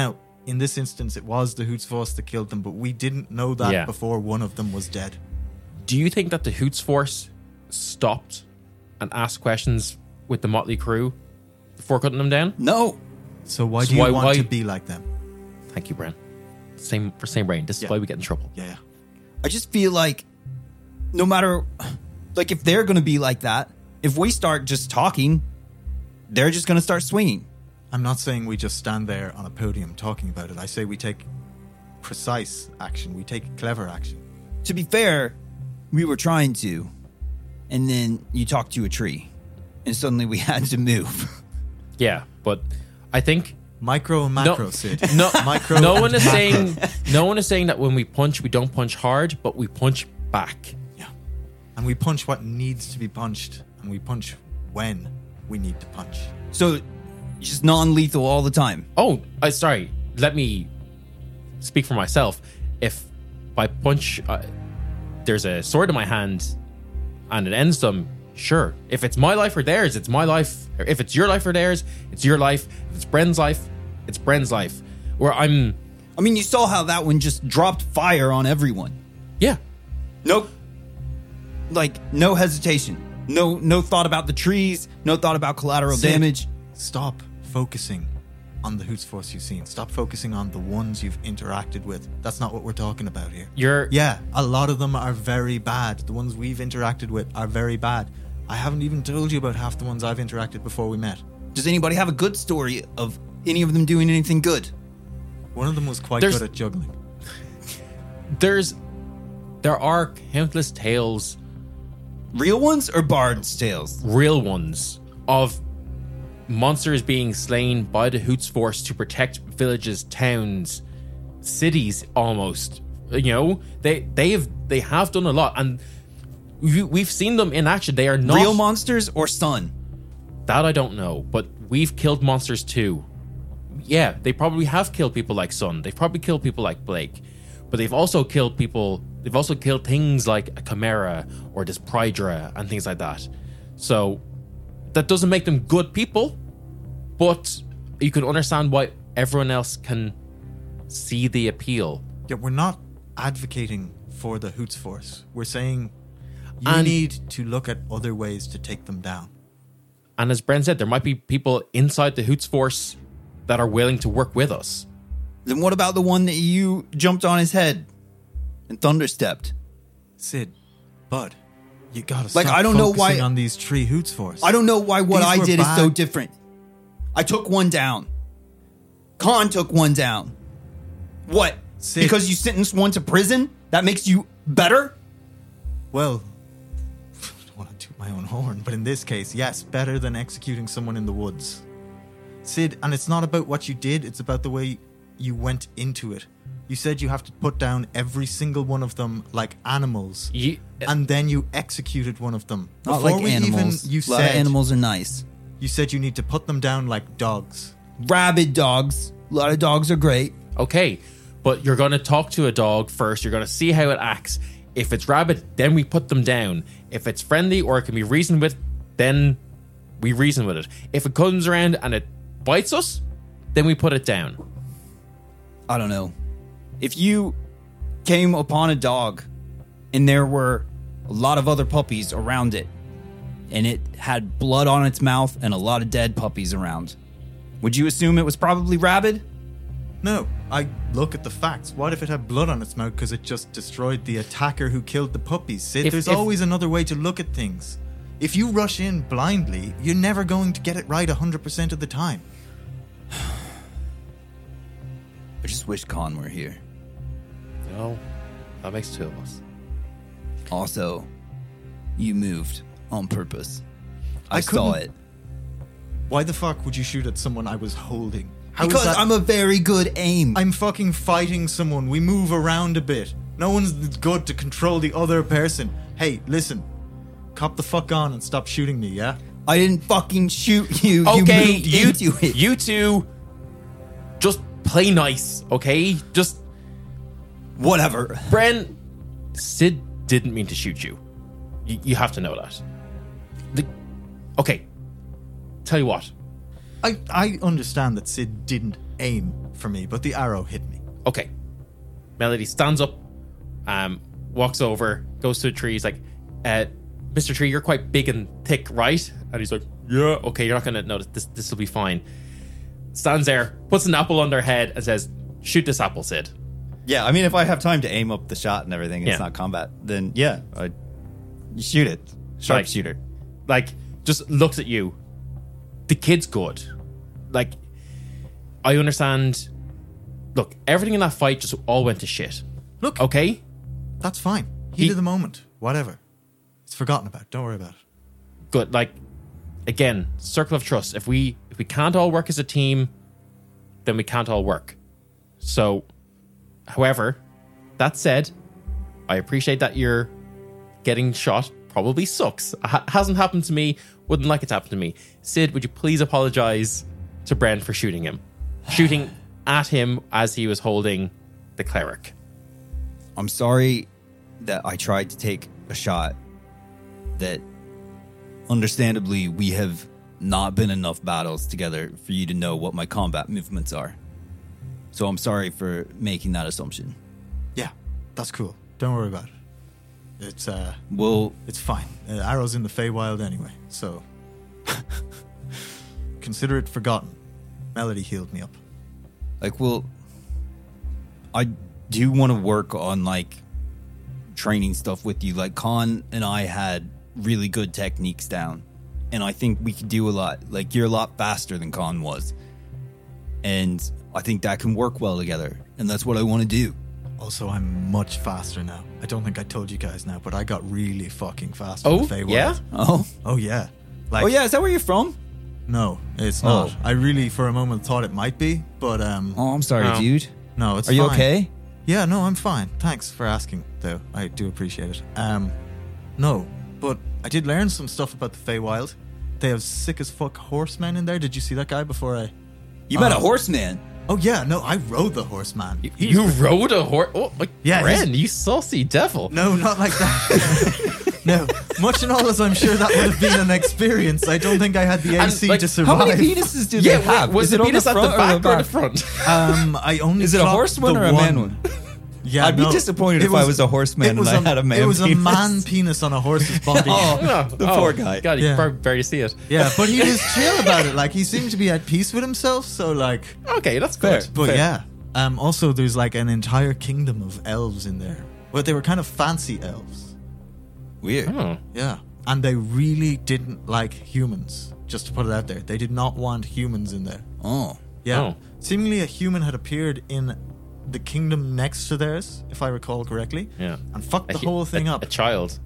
B: Now, in this instance, it was the Hoots Force that killed them, but we didn't know that
A: Yeah.
B: before one of them was dead.
A: do you think that the Hoots Force stopped and asked questions with the Motley crew before cutting them down?
C: No.
B: So why
A: So
B: do you
A: why-
B: want
A: why-
B: to be like them?
A: Thank you, Bren. Same for same brain. This is
B: Yeah.
A: why we get in trouble.
B: Yeah.
C: I just feel like no matter, like, if they're going to be like that, if we start just talking, they're just going to start swinging.
B: I'm not saying we just stand there on a podium talking about it. I say we take precise action. We take clever action.
C: To be fair, we were trying to, and then you talk to a tree, and suddenly we had to move.
A: Yeah, but I think
B: Micro and macro, Sid.
A: No,
B: Micro
A: no
B: and
A: one is
B: macro.
A: saying no one is saying that when we punch, we don't punch hard, but we punch back.
B: Yeah. And we punch what needs to be punched, and we punch when we need to punch.
C: So, just non lethal all the time.
A: Oh, I sorry. Let me speak for myself. If by punch uh, there's a sword in my hand and it ends them, sure. If it's my life or theirs, it's my life. If it's your life or theirs, it's your life. If it's Bren's life, it's Bren's life. Where I'm,
C: I mean, you saw how that one just dropped fire on everyone.
A: yeah,
C: Nope. Like no hesitation. No no thought about the trees, no thought about collateral
B: Sid,
C: damage.
B: Stop focusing on the Hoots Force you've seen. Stop focusing on the ones you've interacted with. That's not what we're talking about here.
A: you're,
B: Yeah, a lot of them are very bad. The ones we've interacted with are very bad. I haven't even told you about half the ones I've interacted before we met.
C: Does anybody have a good story of any of them doing anything good.
B: One of them was quite
A: There's-
B: good at juggling.
A: There's there are countless tales,
C: Real ones or bard's tales?
A: real ones, of monsters being slain by the Hoots Force to protect villages, towns, cities almost. You know, they they have they have done a lot and we- we've seen them in action. They are not
C: Real monsters or sun?
A: That I don't know, but we've killed monsters too. Yeah, they probably have killed people like Sun. They've probably killed people like Blake, but they've also killed people. They've also killed things like a Chimera or this Prydra and things like that. So that doesn't make them good people, but you can understand why everyone else can see the appeal.
B: Yeah, we're not advocating for the Hoots Force. We're saying you
A: And-
B: need to look at other ways to take them down.
A: And as Bren said, there might be people inside the Hoots Force that are willing to work with us.
C: Then what about the one that you jumped on his head and thunderstepped?
B: Sid, Bud, you gotta
C: Like,
B: stop
C: I don't know
B: focusing
C: why-
B: on these tree Hoots Force.
C: I don't know why what
B: These
C: I
B: were
C: did is so
B: bad-
C: different. I took one down. Khan took one down. What?
B: Sid.
C: Because you sentenced one to prison? That makes you better?
B: Well, I don't want to toot my own horn, but in this case, yes, better than executing someone in the woods. Sid, and it's not about what you did, it's about the way you went into it. You said you have to put down every single one of them like animals,
A: You,
B: and then you executed one of them.
C: Not
B: Before
C: like
B: we even-
C: animals.
B: you
C: A lot of
B: said
C: animals are nice.
B: you said you need to put them down like dogs.
C: Rabid dogs. A lot of dogs are great.
A: okay, but you're going to talk to a dog first. You're going to see how it acts. If it's rabid, then we put them down. If it's friendly or it can be reasoned with, then we reason with it. If it comes around and it bites us, then we put it down.
C: I don't know. If you came upon a dog and there were a lot of other puppies around it and it had blood on its mouth and a lot of dead puppies around, would you assume it was probably rabid?
B: No, I look at the facts. What if it had blood on its mouth because it just destroyed the attacker who killed the puppies? Sid,
A: If-
B: there's
A: if-
B: always another way to look at things. If you rush in blindly, you're never going to get it right 100% of the time.
C: I just wish Khan were here.
A: No, that makes two of us.
C: Also, you moved on purpose. I,
B: I
C: saw
B: couldn't-
C: it.
B: Why the fuck would you shoot at someone I was holding? How is
C: Because
B: that-
C: I'm a very good aim.
B: I'm fucking fighting someone. We move around a bit. No one's good to control the other person. Hey, listen. Cop the fuck on and stop shooting me, yeah?
C: I didn't fucking shoot you.
A: Okay,
C: you
A: you,
C: moved into it.
A: you two, just play nice, okay? Just,
C: Whatever.
A: Bren, Sid didn't mean to shoot you. You, you have to know that. The, okay, tell you what.
B: I, I understand that Sid didn't aim for me, but the arrow hit me.
A: okay. Melody stands up, um, walks over, goes to a tree. He's like, uh, Mr. Tree, you're quite big and thick, right? And he's like, Yeah, okay, you're not gonna notice this this will be fine. Stands there, puts an apple on their head and says, Shoot this apple, Sid.
D: Yeah, I mean, if I have time to aim up the shot and everything,
A: Yeah.
D: it's not combat. Then yeah, I you shoot it, sharpshooter.
A: Like, just looks at you. The kid's good. Like, I understand. Look, everything in that fight just all went to shit.
B: Look,
C: Oh.
A: Okay?
B: that's fine. Heat
A: He-
B: of the moment, whatever. It's forgotten about. Don't worry about it.
A: good like again circle of trust if we if we can't all work as a team then we can't all work so however that said i appreciate that you're getting shot probably sucks ha- hasn't happened to me wouldn't like it to happen to me sid would you please apologize to brand for shooting him shooting at him as he was holding the cleric
C: I'm sorry that I tried to take a shot that understandably we have not been enough battles together for you to know what my combat movements are. So I'm sorry for making that assumption.
B: Yeah, that's cool. Don't worry about it. It's uh,
C: Well,
B: it's fine. Uh, arrows in the Feywild anyway, so consider it forgotten. Melody healed me up.
C: like well I do want to work on like training stuff with you. Like Khan and I had really good techniques down. And I think we could do a lot. Like you're a lot faster than Khan was. and I think that can work well together, and that's what I want to do.
B: Also, I'm much faster now. I don't think I told you guys now, but I got really fucking fast.
A: Oh,
B: in the Feywild.
A: yeah?
C: Oh,
B: Oh yeah. Like
C: oh yeah, is that where you're from?
B: No, it's
C: Oh.
B: not. I really, for a moment, thought it might be, but um,
C: Oh, I'm sorry,
A: No.
C: dude.
B: no, it's.
C: Are you
B: fine.
C: okay?
B: Yeah, no, I'm fine. Thanks for asking, though. I do appreciate it. Um, no, but I did learn some stuff about the Feywild. They have sick as fuck horsemen in there. Did you see that guy before I?
C: You met a
B: Uh,
C: horseman.
B: Oh yeah, no, I rode the horseman.
A: You rode a horse. Oh, my
B: Yeah,
A: friend, you saucy devil.
B: No, not like that. no, much and all as I'm sure that would have been an experience. I don't think I had the
A: And,
B: AC
A: like,
B: to
C: How
B: survive.
C: many penises do
A: yeah,
C: they have?
A: was
C: Is
A: the
C: it on
A: penis at the
C: front
A: back or the
C: back?
A: front?
B: Um, I only
C: Is it a
B: clocked
C: horse one
B: the
C: or a man one?
B: Yeah,
C: I'd be
B: no,
C: disappointed
B: it
C: if I was a horseman
B: it
C: and I had a man
B: It was a
C: penis.
B: man penis on a horse's body.
A: Oh,
C: the
A: oh,
C: poor guy.
A: God, you
B: Yeah.
A: bar- barely see it.
B: Yeah, but he was chill about it. Like he seemed to be at peace with himself. So like,
A: Okay, that's
C: Fair.
A: good.
B: but
C: Fair.
B: yeah. Um. Also, there's like an entire kingdom of elves in there. Well, they were kind of fancy elves.
C: Weird.
A: Oh,
B: Yeah, and they really didn't like humans. Just to put it out there, they did not want humans in there.
C: Oh.
B: Yeah.
A: Oh.
B: Seemingly, a human had appeared in the kingdom next to theirs, if I recall correctly.
A: Yeah.
B: And fucked the
A: A-
B: whole thing
A: a-
B: up.
A: A child.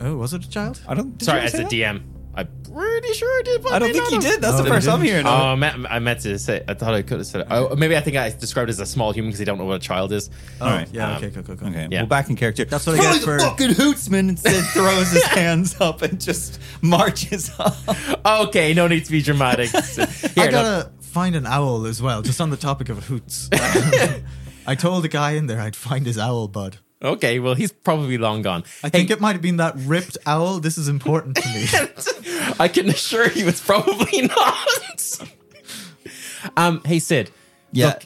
B: oh, was it a child?
C: I don't. did
A: Sorry,
C: you
A: as
C: say
A: a
C: that?
A: DM. I'm pretty sure I did. but
C: I don't
A: may
C: think
A: not
C: you
A: have.
C: did. That's
B: No,
C: the
B: they
C: first I'm
B: didn't. Um,
C: hearing.
A: Oh,
C: of it.
A: I meant, I meant to say. I thought I could have said. It. Oh, maybe I think I described it as a small human because they don't know what a child is.
B: Oh,
C: Alright,
B: yeah.
A: um,
B: okay, cool, cool, cool.
C: Okay,
A: Yeah.
C: well, back in character.
B: That's what I
C: Throw
B: get
C: the
B: for-
C: fucking hootsman and Sid throws his hands up and just marches up. Oh.
A: Okay, no need to be dramatic. Here,
B: I
A: no-
B: gotta find an owl as well, just on the topic of hoots. I told the guy in there I'd find his owl bud.
A: Okay, well, he's probably long gone.
B: I think it might have been that ripped owl. This is important to me.
A: I can assure you it's probably not. um, hey Sid,
C: Yeah.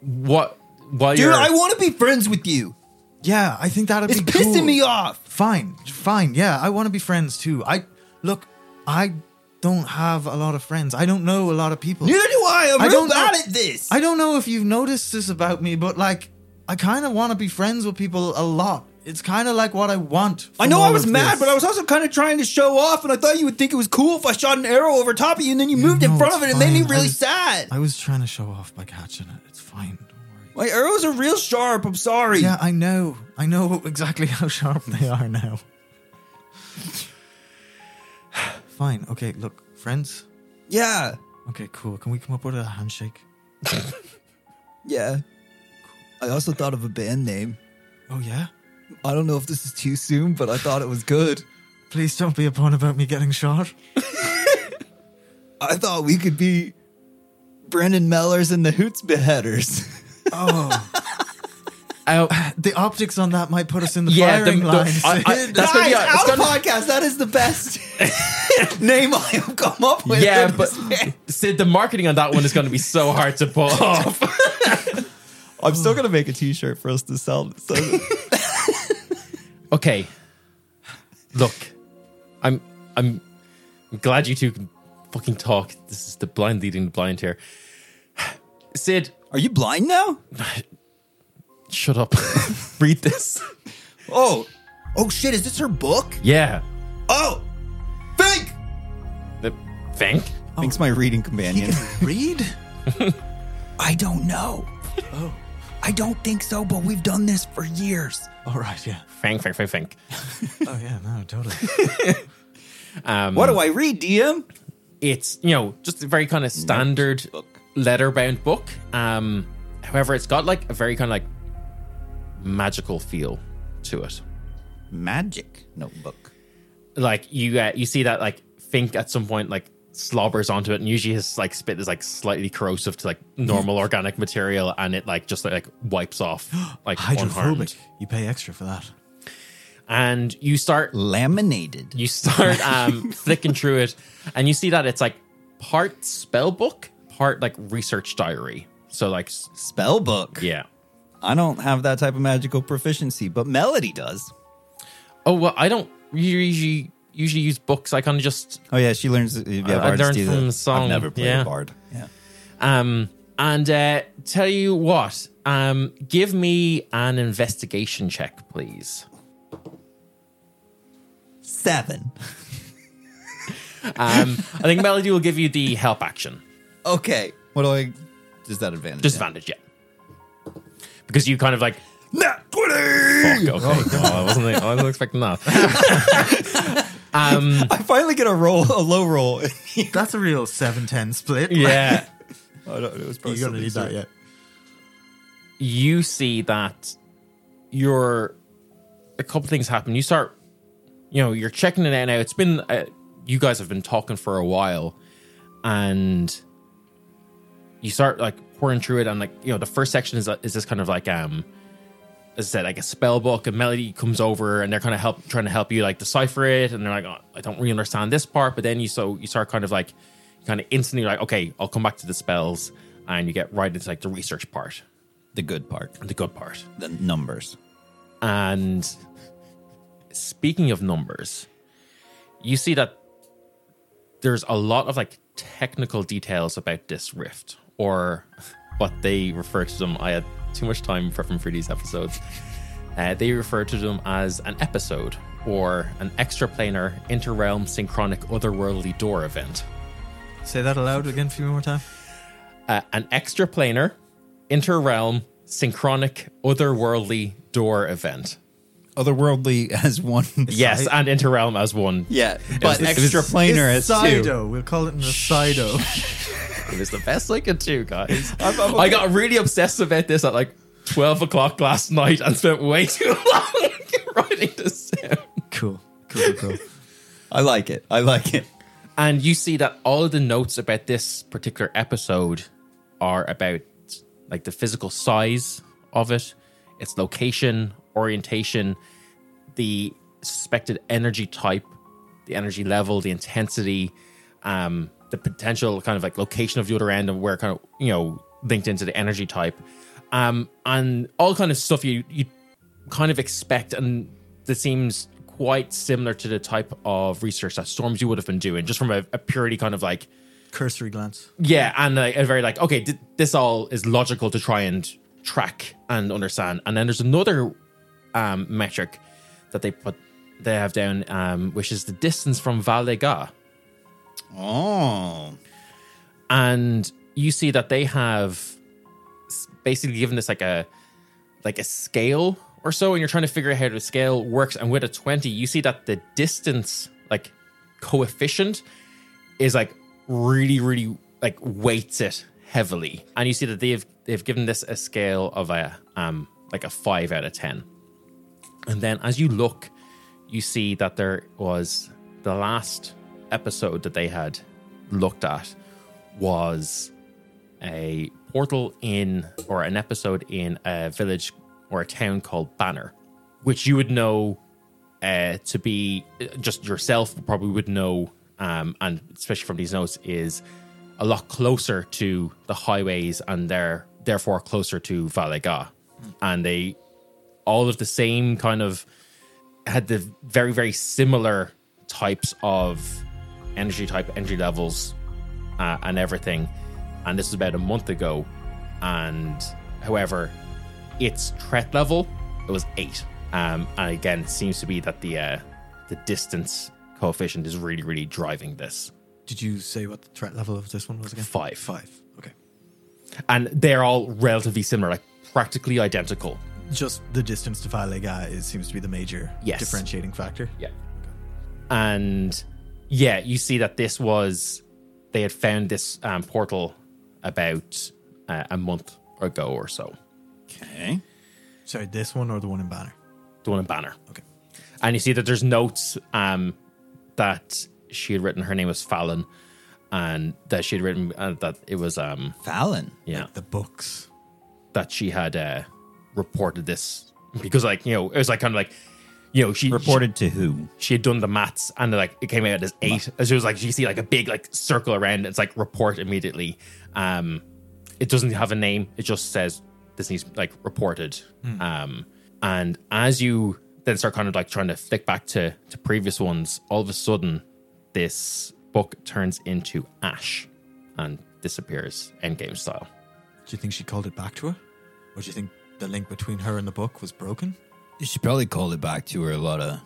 A: what while
C: Dude,
A: you're
C: I want to be friends with you.
B: yeah, I think that'd
C: It's
B: be
C: pissing
B: cool.
C: me off.
B: Fine, fine. Yeah, I want to be friends too. I look, I don't have a lot of friends. I don't know a lot of people.
C: Neither do I. I'm
B: I
C: real
B: don't know-
C: bad at this.
B: I don't know if you've noticed this about me, but like, I kind of want to be friends with people a lot. It's kind of like what I want.
C: I
B: from
C: know I
B: all
C: was
B: of
C: mad,
B: this.
C: but I was also kind of trying to show off, and I thought you would think it was cool if I shot an arrow over top of you, and then you moved in
B: no,
C: front
B: it's
C: of it, and it made me
B: fine. I
C: really
B: was-
C: sad.
B: I was trying to show off by catching it. It's fine. Don't worry.
C: My arrows are real sharp. I'm sorry.
B: Yeah, I know. I know exactly how sharp they are now. fine. Okay. Look, friends.
C: yeah,
B: Okay. Cool. Can we come up with a handshake?
C: yeah. I also thought of a band name.
B: Oh yeah.
C: I don't know if this is too soon, but I thought it was good.
B: Please don't be a pun about me getting shot.
C: I thought we could be Brendan Mellors and the Hoots Beheaders.
B: Oh,
A: Oh,
B: the optics on that might put us in the
A: Yeah, the-
B: firing
A: the-
B: line.
A: I- I-
B: Sid.
A: that's gonna be our- it's
C: out
A: gonna-
C: podcast. That is the best name I have come up with.
A: yeah,
C: in
A: but
C: this band.
A: Sid, the marketing on that one is going to be so hard to pull off.
C: I'm still gonna make a T-shirt for us to sell. So
A: Okay, look, I'm I'm glad you two can fucking talk. This is the blind leading the blind here. Sid,
C: Are you blind now?
A: shut up. Read this.
C: Oh, oh shit! Is this her book?
A: Yeah,
C: Oh, Fink.
A: the Fink.
C: Fink's my reading companion.
B: Read.
C: I don't know.
B: Oh.
C: I don't think so, but we've done this for years.
B: All right. Yeah.
A: Fink, Fink, Fink, Fink.
B: Oh yeah. No. Totally.
A: Um,
C: What do I read, DM?
A: it's you know just a very kind of standard
C: book.
A: letterbound book um however it's got like a very kind of like magical feel to it
C: Magic notebook.
A: like you uh, you see that like fink at some point like slobbers onto it and usually his like spit is like slightly corrosive to like normal organic material and it like just like wipes off like unharmed
B: Hydrophobic. You pay extra for that.
A: and you start
C: Laminated.
A: you start um flicking through it and you see that it's like part spell book part like research diary so like s-
C: Spell book.
A: yeah
C: I don't have that type of magical proficiency, but Melody does.
A: Oh well, I don't usually usually use books. I kind of just
C: Oh yeah, she learns. Yeah,
A: I
C: bards
A: learned
C: do
A: from
C: that.
A: the song,
C: I've never played
A: yeah.
C: a bard. Yeah.
A: um and uh, tell you what. Um, give me an investigation check, please.
C: Seven.
A: Um, I think Melody will give you the help action.
C: Okay.
D: What do I? Is that advantage?
A: Disadvantage, yeah. Because you kind of like,
D: Nat 20!
A: fuck, okay. no, I wasn't, I wasn't expecting that.
D: I finally get a roll, a low roll. I
B: That's a real 7-10 split.
A: Yeah.
D: don't know, it was probably
B: you gotta need that, yeah.
A: you see that your a couple things happen. You start, you know, you're checking it out now. It's been uh, you guys have been talking for a while, and you start like pouring through it. And like you know, the first section is is this kind of like um, as I said, like a spell book. And melody comes over, and they're kind of help trying to help you like decipher it. And they're like, oh, I don't really understand this part. But then you so you start kind of like kind of instantly like, okay, I'll come back to the spells, and you get right into like the research part,
D: The good part,
A: the good part.
D: the numbers.
A: And speaking of numbers, you see that there's a lot of like technical details about this rift, or what they refer to them. I had too much time prepping for these episodes. Uh, they refer to them as an episode or an extraplanar interrealm synchronic otherworldly door event.
B: Say that aloud again for me one more time.
A: Uh, an extraplanar interrealm synchronic otherworldly door event.
D: Otherworldly as one.
A: Yes,
B: Right.
A: and interrealm as one.
D: Yeah, but
A: was- it was-
D: extra planar as
B: It's
D: two.
B: Sido. We'll call it an Sido.
A: It was the best I could do, guys.
D: I'm- I'm
A: I
D: okay.
A: got really obsessed about this at like 12 o'clock last night and spent way too long writing this down.
B: cool. Cool, cool.
D: I like it. I like it.
A: And you see that all of the notes about this particular episode are about like the physical size of it, its location, orientation, the suspected energy type, the energy level, the intensity, um, the potential kind of like location of the other end and where kind of you know linked into the energy type, um, and all kind of stuff you you kind of expect and that seems quite similar to the type of research that Storms you would have been doing just from a, a purity kind of like
B: Cursory glance.
A: yeah, and like a very like, okay, th- this all is logical to try and track and understand. And then there's another um, metric that they put they have down, um, which is the distance from Val d'Ega.
D: Oh,
A: and you see that they have s- basically given this like a like a scale or so and you're trying to figure out how the scale works and with a 20 you see that the distance like coefficient is like really really like weights it heavily and you see that they've they've given this a scale of a um like a 5 out of 10 and then as you look you see that there was the last episode that they had looked at was a portal in or an episode in a village or a town called Banner, which you would know uh, to be just yourself probably would know, um, and especially from these notes, is a lot closer to the highways and they're therefore closer to Valega. And they all of the same kind of had the very, very similar types of energy type, energy levels, uh, and everything. And this was about a month ago. And however, its threat level it was eight. Um, and again, it seems to be that the uh, the distance coefficient is really, really driving this.
B: Did you say what the threat level of this one was again?
A: Five.
B: Five. Okay.
A: And they're all relatively similar, like practically identical.
B: Just the distance to Valega is seems to be the major
A: Yes.
B: differentiating factor.
A: Yeah. And yeah, you see that this was they had found this um, portal about uh, a month ago or so.
D: okay.
B: Sorry, this one or the one in Banner?
A: the one in Banner.
B: Okay.
A: And you see that there's notes um, that she had written. Her name was Fallon, and that she had written uh, that it was um,
D: Fallon.
A: yeah
B: The books.
A: that she had uh, reported this because like you know it was like kind of like you know she
D: Reported to who?
A: she, she had done the maths and like it came out as eight. As it was like you see like a big like circle around. It's like report immediately. Um, it doesn't have a name. It just says this needs like reported. Um, and as you then start kind of like trying to flick back to to previous ones, all of a sudden this book turns into ash and disappears endgame style.
B: Do you think she called it back to her? Or do you think the link between her and the book was broken?
D: She probably called it back to her. A lot of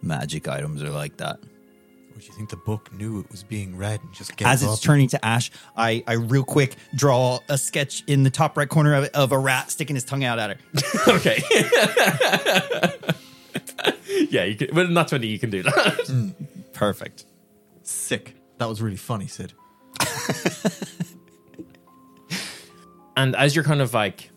D: magic items are like that.
B: Or do you think the book knew it was being read and just gave
C: As
B: up?
C: it's turning to ash, I, I real quick draw a sketch in the top right corner of, of a rat sticking his tongue out at her.
A: okay. yeah, you can, but not twenty. You can do that.
C: Perfect.
B: Sick. That was really funny, Sid.
A: And as you're kind of like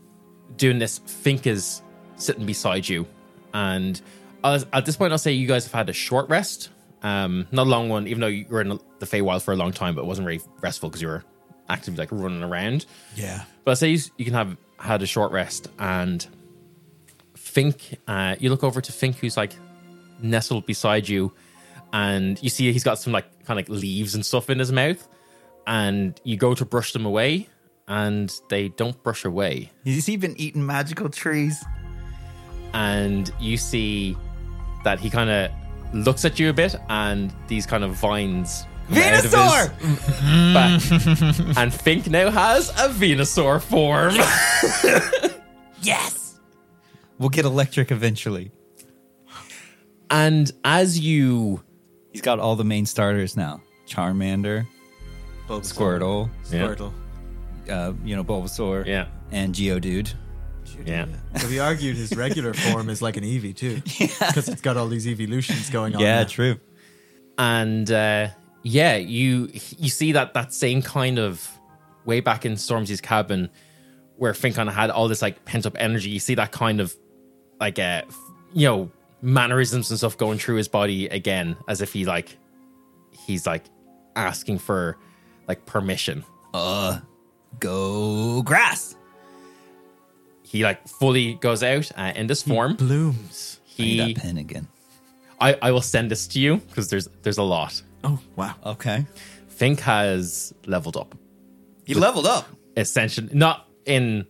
A: doing this, Fink is sitting beside you. And as, at this point, I'll say you guys have had a short rest. Um, not a long one, even though you were in the Feywild for a long time, but it wasn't really restful because you were actively like running around.
B: Yeah.
A: But I say you, you can have had a short rest, and Fink, uh, you look over to Fink, who's like nestled beside you, and you see he's got some like kind of like leaves and stuff in his mouth, and you go to brush them away, and they don't brush away,
C: He's even eating magical trees.
A: and you see that he kind of looks at you a bit, and these kind of vines. come out of his
C: Venusaur!
A: back. and Fink now has a Venusaur form.
C: Yes! We'll get electric eventually.
A: And as you
C: He's got all the main starters now. Charmander,
B: Bulbasaur.
C: Squirtle,
A: Yeah.
B: Squirtle.
C: uh, you know, Bulbasaur,
A: Yeah.
C: and Geodude.
A: Yeah.
B: So he argued his regular form is like an Eevee, too. Because it's got all these evolutions going on.
C: yeah,
B: now.
C: true.
A: And uh, yeah, you you see that that same kind of way back in Stormzy's cabin where Finn kind of had all this like pent up energy. You see that kind of like uh f- you know mannerisms and stuff going through his body again as if he like he's like asking for like permission.
C: Go grass!
A: He like fully goes out uh, in this form.
B: Blooms.
C: Need
A: He
C: that pen again.
A: I, I will send this to you because there's there's a lot.
B: Oh, wow.
C: Okay.
A: Fink has leveled up.
C: He leveled up.
A: essentially not in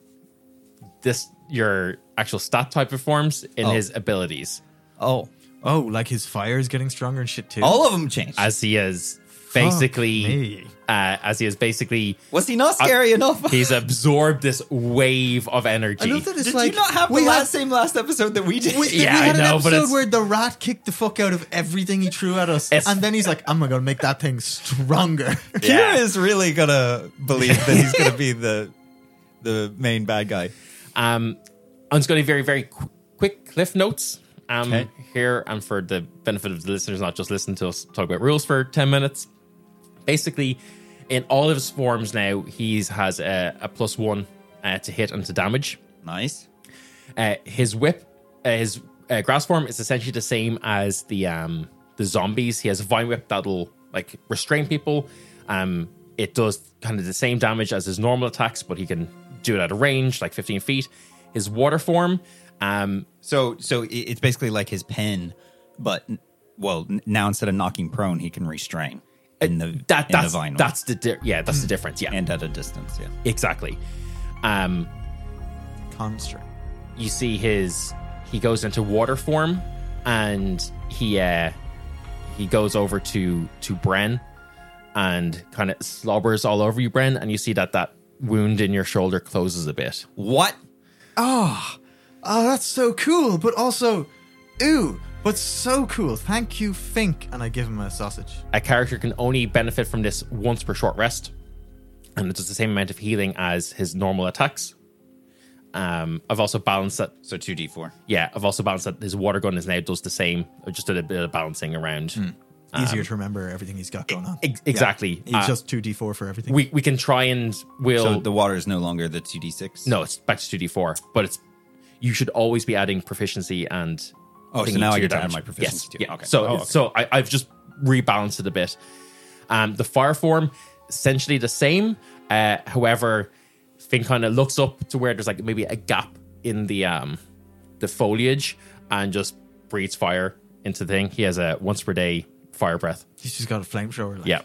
A: this your actual stat type of forms in
C: Oh.
A: his abilities
C: Oh,
B: Oh, like his fire is getting stronger and shit, too.
C: all of them changed.
A: as he is
B: Fuck
A: basically
B: me.
A: uh, as he is basically
C: Was he not scary enough?
A: he's absorbed this wave of energy
B: it's
C: Did you not have the
B: we
C: last,
B: had-
C: same last episode that we did?
B: We,
A: Yeah,
B: we had
A: I know,
B: an
A: but
B: episode
A: it's-
B: where the rat kicked the fuck out of everything he threw at us,
A: It's-
B: and then he's like, "I'm gonna make that thing stronger."
A: Yeah.
C: Kira is really gonna believe that he's gonna be the the main bad guy.
A: um i'm just going to be very very qu- quick cliff notes um
C: Okay.
A: here and for the benefit of the listeners not just listen to us talk about rules for 10 minutes basically in all of his forms now he's has a, a plus one uh, to hit and to damage
C: Nice.
A: Uh, his whip, uh, his uh, grass form is essentially the same as the um the zombies. He has a vine whip that'll like restrain people. Um, it does kind of the same damage as his normal attacks, but he can do it at a range like 15 feet. His water form, um,
C: So so i- it's basically like his pen, but n- well, n- now instead of knocking prone, he can restrain in the
A: that
C: in
A: that's
C: the vinyl
A: that's the di- yeah that's the difference. Yeah,
C: and at a distance. Yeah.
A: exactly. Um,
B: Construct.
A: you see his he goes into water form and he uh he goes over to to Bren and kind of slobbers all over you Bren and you see that that wound in your shoulder closes a bit
C: What?
B: Oh, that's so cool, but also, ooh, but so cool. Thank you, Fink. And I give him a sausage.
A: a character can only benefit from this once per short rest and it does the same amount of healing as his normal attacks um I've also balanced that
C: So two d four.
A: yeah I've also balanced that his water gun is now does the same I just did a bit of balancing around
C: Hmm.
B: Easier to remember everything he's got going on.
A: Ex- exactly
B: He's
A: Um, e- Uh,
B: just two d four for everything.
A: we we can try and we'll
C: So the water is no longer the two d six.
A: No, it's back to 2d4, but it's you should always be adding proficiency and.
C: Oh, so
A: thingy
C: now I
A: your
C: get to add
A: damage.
C: my proficiency
A: Yes,
C: too.
A: Yeah.
C: Okay.
A: So,
C: Oh, okay.
A: so I, I've just rebalanced it a bit. Um, the fire form essentially the same. Uh, however, Finn kind of looks up to where there's like maybe a gap in the um the foliage and just breathes fire into the thing. He has a once per day fire breath.
B: he's just got a flamethrower. Like.
A: Yeah,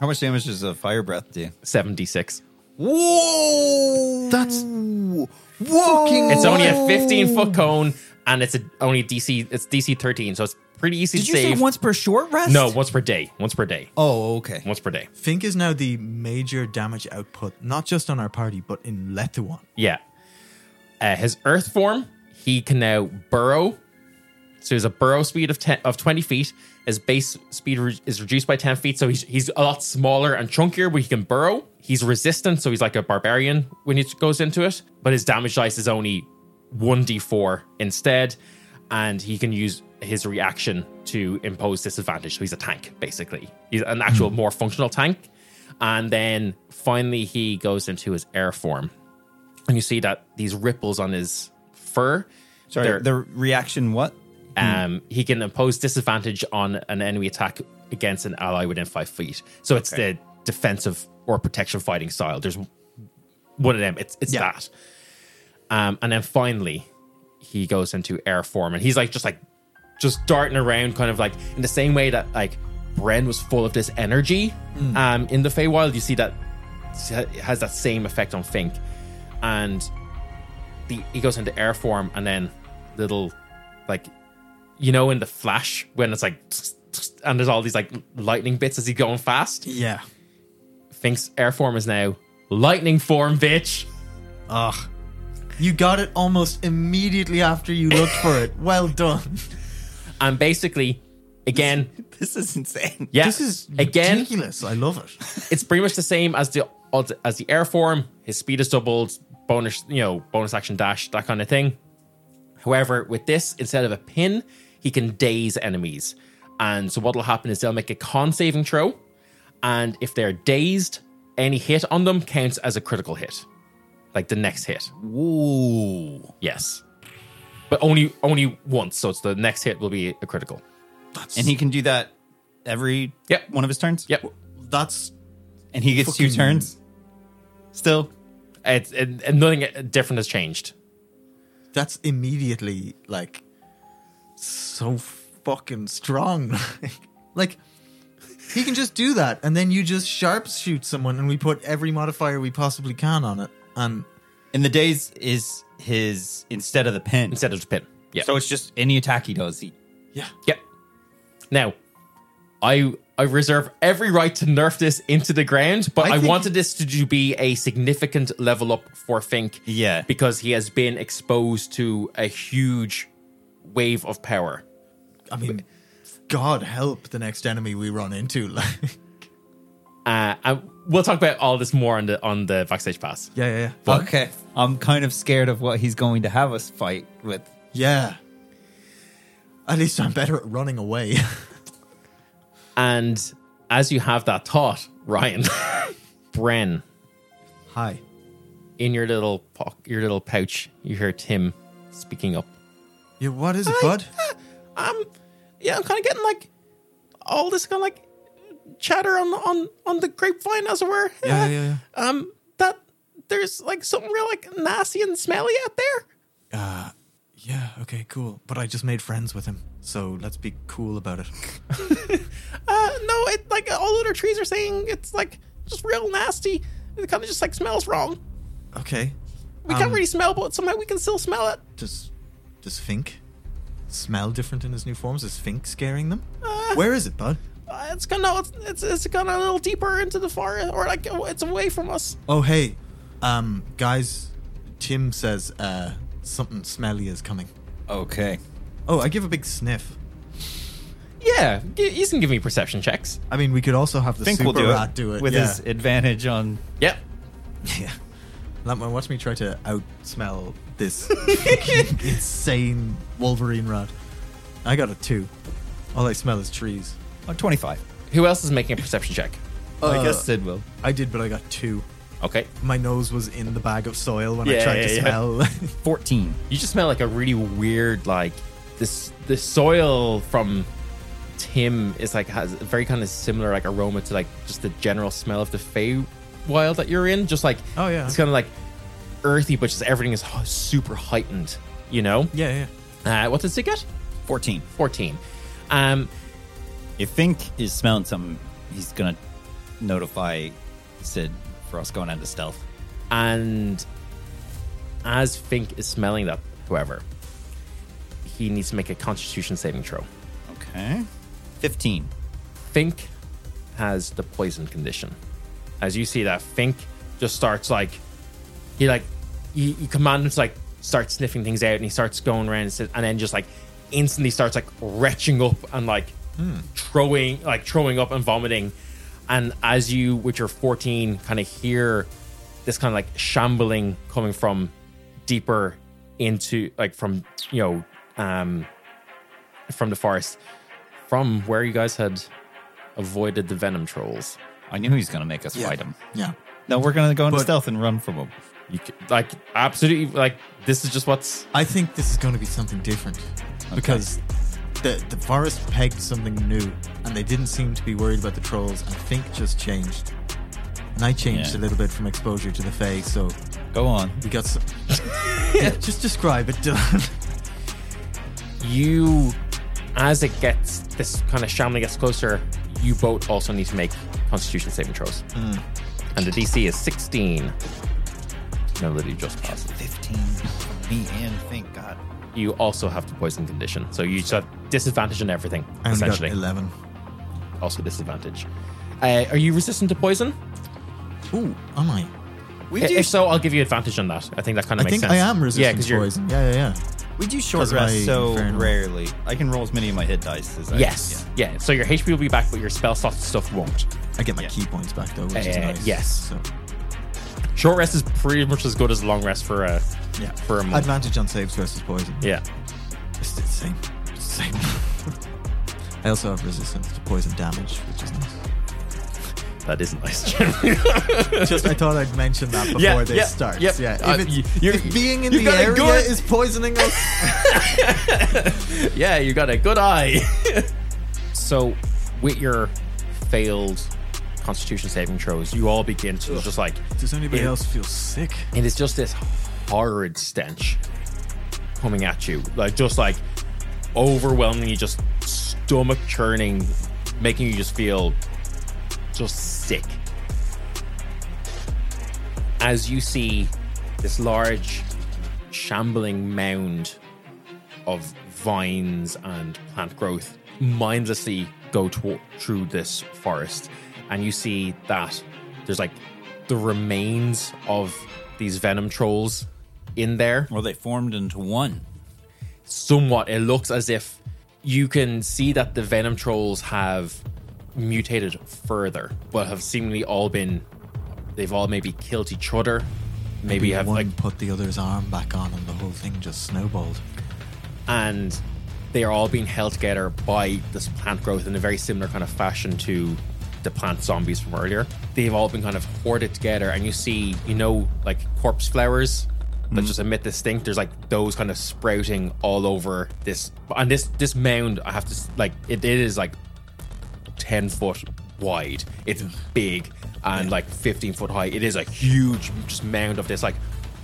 C: How much damage does a fire breath do?
A: seventy six.
C: Whoa!
B: That's-
C: whoa!
A: It's only
C: Oh.
A: a fifteen foot cone, and it's a, only DC. It's DC thirteen, so it's pretty easy
C: Did
A: to
C: you say
A: save.
C: once per short rest?
A: No, once per day. Once per day.
C: Oh, okay.
A: Once per day.
B: Fink is now the major damage output, not just on our party, but in Letuan.
A: Yeah. Uh, his earth form, he can now burrow So he has a burrow speed of ten, of twenty feet. His base speed re- is reduced by ten feet, so he's he's a lot smaller and chunkier, but he can burrow. He's resistant, so he's like a barbarian when he goes into it. But his damage dice is only one d four instead, and he can use his reaction to impose disadvantage. So he's a tank basically. He's an
C: Hmm.
A: actual more functional tank. And then finally, he goes into his air form, and you see that these ripples on his fur.
C: Sorry,
A: they're-
C: the reaction what?
A: um, he can impose disadvantage on an enemy attack against an ally within five feet. So it's the defensive or protection fighting style. There's one of them. It's it's
B: Yeah.
A: that. Um, and then finally, he goes into air form, and he's like just like just darting around, kind of like in the same way that like Bren was full of this energy. Um, in the Feywild, you see that it has that same effect on Fink, and the, he goes into air form, and then little like you know in the Flash when it's like and there's all these like lightning bits as he's going fast.
B: Yeah.
A: Fink's air form is now lightning form, bitch.
B: Ugh. You got it almost immediately after you looked for it. Well done.
A: And basically, again,
D: This is insane.
A: yeah,
B: This is
A: again,
B: ridiculous. I love it.
A: it's pretty much the same as the as the air form. His speed is doubled, bonus, you know, bonus action dash, that kind of thing. However, with this, instead of a pin, he can daze enemies. And so what'll happen is they'll make a con saving throw, and if they're dazed, any hit on them counts as a critical hit. Like the next hit.
D: Ooh.
A: Yes. But only only once, so it's the next hit will be a critical.
C: And he can do that every
A: Yep.
C: one of his turns?
A: Yep.
B: That's
C: And he gets two
B: Fucking-
C: turns? Still?
A: It's and, and nothing different has changed.
B: that's immediately like so fucking strong. like he can just do that, and then you just sharpshoot someone, and we put every modifier we possibly can on it, and
C: And the days is his instead of the pin.
A: Instead of the pin. Yeah.
C: So it's just any attack he does. He,
B: yeah,
A: Yep. Now, I I reserve every right to nerf this into the ground, but
B: I
A: I,
B: think-
A: wanted this to do- be a significant level up for Fink.
C: Yeah.
A: Because he has been exposed to a huge wave of power.
B: I mean, God help the next enemy we run into. Like,
A: Uh, and we'll talk about all this more on the on the backstage pass.
B: yeah, yeah, yeah.
D: Okay. I'm kind of scared of what he's going to have us fight with.
B: yeah. At least I'm better at running away.
A: And as you have that thought, Ryan, Bren,
B: Hi.
A: in your little poc- your little pouch, you hear Tim speaking up.
B: Yeah, what is it, bud?
A: um yeah i'm kind of getting like all this kind of like chatter on on on the grapevine as it were
B: Yeah, yeah,
A: yeah um that there's like something real like nasty and smelly out there
B: Yeah, okay, cool. But I just made friends with him, so let's be cool about it.
A: uh no it like all other trees are saying it's like just real nasty it kind of just like smells wrong
B: Okay.
A: we
B: Um,
A: can't really smell but somehow we can still smell it
B: Does does Fink smell different in his new forms? Is Fink scaring them?
A: Uh.
B: Where is it, bud?
A: uh, it's kind of it's it's, it's kind of a little deeper into the forest or like it's away from us
B: Oh hey, um, guys, Tim says uh something smelly is coming.
D: Okay.
B: Oh, I give a big sniff.
A: yeah y- you can give me perception checks
B: I mean, we could also have the
C: I think
B: super
C: we'll do
B: rat
C: it,
B: do it
C: with
B: yeah.
C: his advantage on.
A: yep
B: Yeah. Let me watch me try to out smell this insane Wolverine rat. I got a two. All I smell is trees.
C: Oh, 25.
A: who else is making a perception check
B: Uh,
C: I guess Sid will.
B: I did, but I got two.
A: okay
B: My nose was in the bag of soil when I
A: Yeah,
B: tried
A: yeah,
B: to
A: yeah.
B: smell.
C: 14.
A: You just smell like a really weird, like this. The soil from Tim is like has a very kind of similar like aroma to like just the general smell of the Fey wild that you're in. Just like
B: Oh, yeah.
A: it's kind of like earthy, but just everything is h- super heightened. You know.
B: yeah, yeah.
A: Uh, what did it get?
C: 14.
A: Fourteen. Um,
C: If Fink is smelling something, he's going to notify Sid for us going into stealth.
A: and as Fink is smelling that, however, he needs to make a Constitution saving throw.
C: Okay. 15.
A: Fink has the poison condition. As you see that, Fink just starts like he like you, you command him to like start sniffing things out, and he starts going around and, sit- and then just like instantly starts like retching up and like throwing like throwing up and vomiting. And as you, with your 14, kind of hear this kind of like shambling coming from deeper into like from you know um from the forest from where you guys had avoided the venom trolls.
C: I knew he was going to make us
B: Yeah.
C: fight him.
B: Yeah.
C: No, we're going to go into
B: But-
C: stealth and run from him.
A: You c like absolutely like this is just what's
B: I think this is going to be something different because the the forest pegged something new, and they didn't seem to be worried about the trolls. And Fink just changed, and I changed a
C: Yeah.
B: little bit from exposure to the Fae. So
C: Go on.
B: we got some. yeah, just describe it, Dylan.
A: you as it gets this kind of shambling gets closer you both also need to make constitution saving throws
B: Mm.
A: and the dc is 16 melody just passed
C: 15. Me and thank God.
A: you also have the poison condition so you just have disadvantage on everything
B: And we got
A: essentially
B: eleven.
A: also disadvantage uh, are you resistant to poison
B: Ooh, am I?
D: We
A: I-
D: do,
A: if so i'll give you advantage on that i think that kind
B: I
A: of makes
B: think
A: sense
B: I am resistant
A: 'cause
B: to
A: you're-
B: poison. Yeah, yeah, yeah.
D: we do short
B: 'Cause my
D: rest so
B: infernal-
D: rarely.
C: I can roll as many of my hit dice as I
A: yes yeah. so your hp will be back but your spell slots and stuff won't
B: I get my
C: Yeah.
B: key points back though, which is
A: Uh,
B: nice.
A: yes.
B: So
A: short rest is pretty much as good as long rest for a
B: yeah,
A: for a month.
B: advantage on saves versus poison.
A: yeah
B: It's the same. It's the same. I also have resistance to poison damage, which is nice.
A: that is nice
B: Just I thought I'd mention that before
A: Yeah,
B: this
A: yeah,
B: starts.
A: yep.
B: Yeah. If,
A: Uh,
B: it's-
A: you- you're-
B: if being in
A: you've
B: the
A: got a
B: area
A: good-
B: is poisoning us,
A: Yeah, you got a good eye. so, with your failed constitution saving throws, you all begin to just like,
B: does anybody
A: Yeah.
B: else feel sick?
A: and it's just this horrid stench coming at you. Like, just like overwhelmingly, just stomach churning, making you just feel just sick. As you see this large, shambling mound of vines and plant growth mindlessly go to- through this forest. And you see that there's like the remains of these venom trolls in there.
C: Well, they formed into one.
A: Somewhat, it looks as if you can see that the venom trolls have mutated further, but have seemingly all been, they've all maybe killed each other. Maybe, have
B: one
A: like
B: put the other's arm back on, and the whole thing just snowballed.
A: and they are all being held together by this plant growth in a very similar kind of fashion to the plant zombies from earlier. They've all been kind of hoarded together, and you see, you know, like corpse flowers that just emit this stink. There's like those kind of sprouting all over this, and this this mound. I have to s- like it, it is like ten foot wide. It's big and like fifteen foot high. It is a huge just mound of this like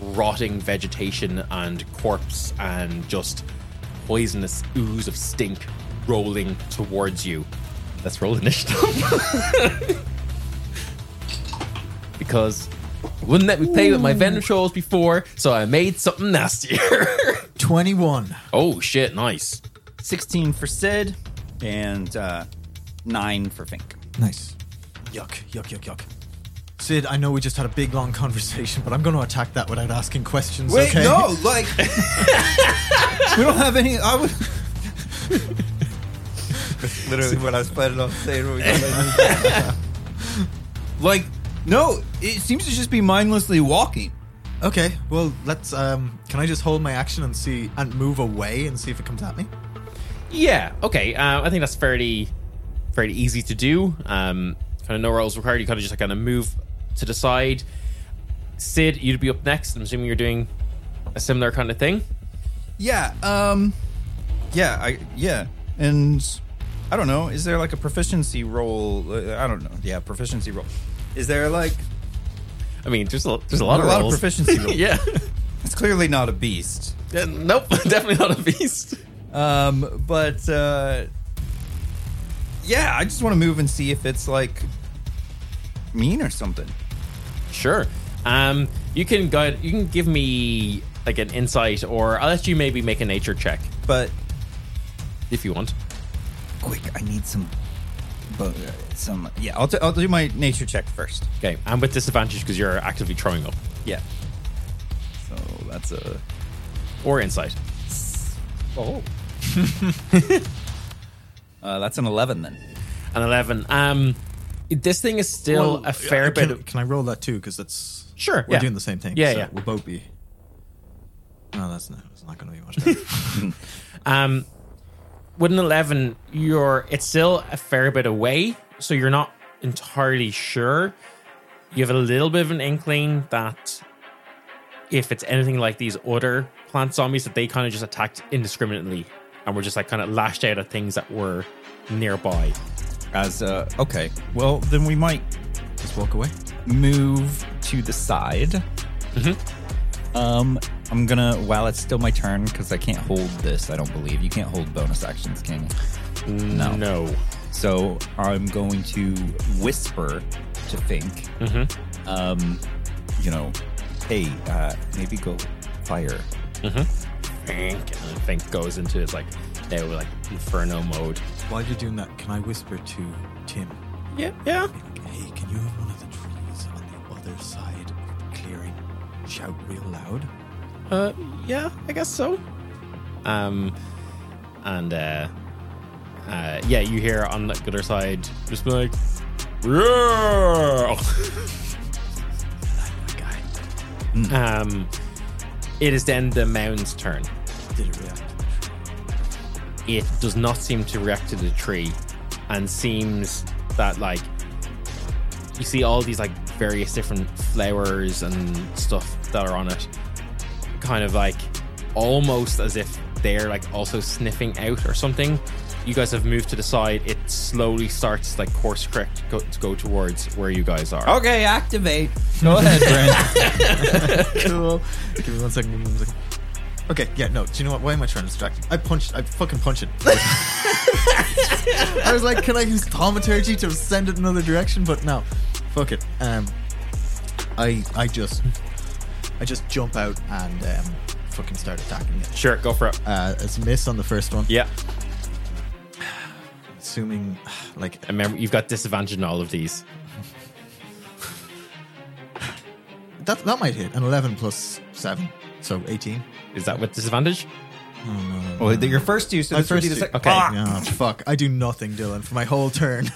A: rotting vegetation and corpse and just poisonous ooze of stink rolling towards you. Let's roll initiative. because it wouldn't let me play with my venom trolls before, so I made something nastier.
B: Twenty-one.
A: oh shit, nice.
C: 16 for Sid and uh, 9 for Fink.
B: Nice. Yuck! Yuck! Yuck! Yuck! Sid, I know we just had a big long conversation, but I'm going to attack that without asking questions.
D: Wait,
B: okay?
D: no, like we don't have any. I would. That's literally what I was planning on saying. When we got back. like, no, it seems to just be mindlessly walking.
B: Okay, well, let's. Um, can I just hold my action and see and move away and see if it comes at me?
A: Yeah. Okay. Uh, I think that's fairly, fairly easy to do. Um, kind of no rolls required. You kind of just kind of move to the side. Sid, you'd be up next. I'm assuming you're doing a similar kind of thing.
C: Yeah, um yeah, I yeah. And I don't know, is there like a proficiency roll? Uh, I don't know. Yeah, proficiency roll. Is there like
A: I mean, there's a there's a lot
C: A
A: of
C: lot of
A: rolls.
C: proficiency rolls.
A: yeah.
C: it's clearly not a beast.
A: Yeah, Nope. Definitely not a beast.
C: Um but uh yeah, I just want to move and see if it's like mean or something.
A: Sure. Um, you can guide. You can give me like an insight, or I'll let you maybe make a nature check
C: But
A: if you want.
C: quick, I need some but some yeah, I'll, t- I'll do my nature check first.
A: Okay. And with disadvantage because you're actively throwing up
C: Yeah. So that's a
A: or insight.
C: Oh. Uh, that's an 11 then.
A: An eleven. Um, this thing is still
B: Well,
A: a fair
B: uh,
A: bit.
B: can,
A: Of,
B: Can I roll that too? Because that's
A: Sure,
B: We're
A: yeah.
B: doing the same thing.
A: Yeah,
B: so
A: yeah.
B: We'll both be. No, that's not, that's not going to be much. Better.
A: um, with an eleven, you're it's still a fair bit away, so you're not entirely sure. You have a little bit of an inkling that if it's anything like these other plant zombies, that they kind of just attacked indiscriminately and were just like kind of lashed out at things that were nearby.
C: As uh, okay, well then we might
B: Just walk away.
C: move to the side. Um, I'm gonna while it's still my turn because I can't hold this. I don't believe you can't hold bonus actions, can you? Mm, No.
A: No.
C: So I'm going to whisper to Fink. Um, you know, hey, uh, maybe go fire.
A: Think, and then Think goes into his like they were like inferno mode.
B: While you're doing that, can I whisper to Tim?
A: Yeah, yeah.
B: Like, hey, can you have one of the trees on the other side of the clearing? Shout real loud.
A: Uh, yeah, I guess so. Um, and uh, uh, yeah, you hear on the other side just be like, yeah. um, it is then the mound's turn.
B: Did it react?
A: It does not seem to react to the tree, and seems that like you see all these like various different flowers and stuff that are on it kind of like almost as if they're like also sniffing out or something. You guys have moved to the side. It slowly starts like course correct go, to go towards where you guys are.
E: Okay, activate.
C: Go ahead, Brent.
B: cool. Give me one second. Give me one second. Okay, yeah, no. Do you know what? Why am I trying to distract you? I punched. I fucking punched it. I was like, can I use thaumaturgy to send it another direction? But no, fuck it. Um, I I just I just jump out and um, fucking start attacking it.
A: Sure, go for it.
B: Uh, it's a miss on the first one.
A: Yeah,
B: Assuming, like,
A: and remember you've got disadvantage in all of these.
B: that that might hit an eleven plus seven, so eighteen.
A: Is that with disadvantage?
C: well, Oh, your first two, so
B: My
C: this would be
B: first
C: the
B: two-
C: second.
A: Okay.
B: Oh, fuck! I do nothing, Dylan, for my whole turn.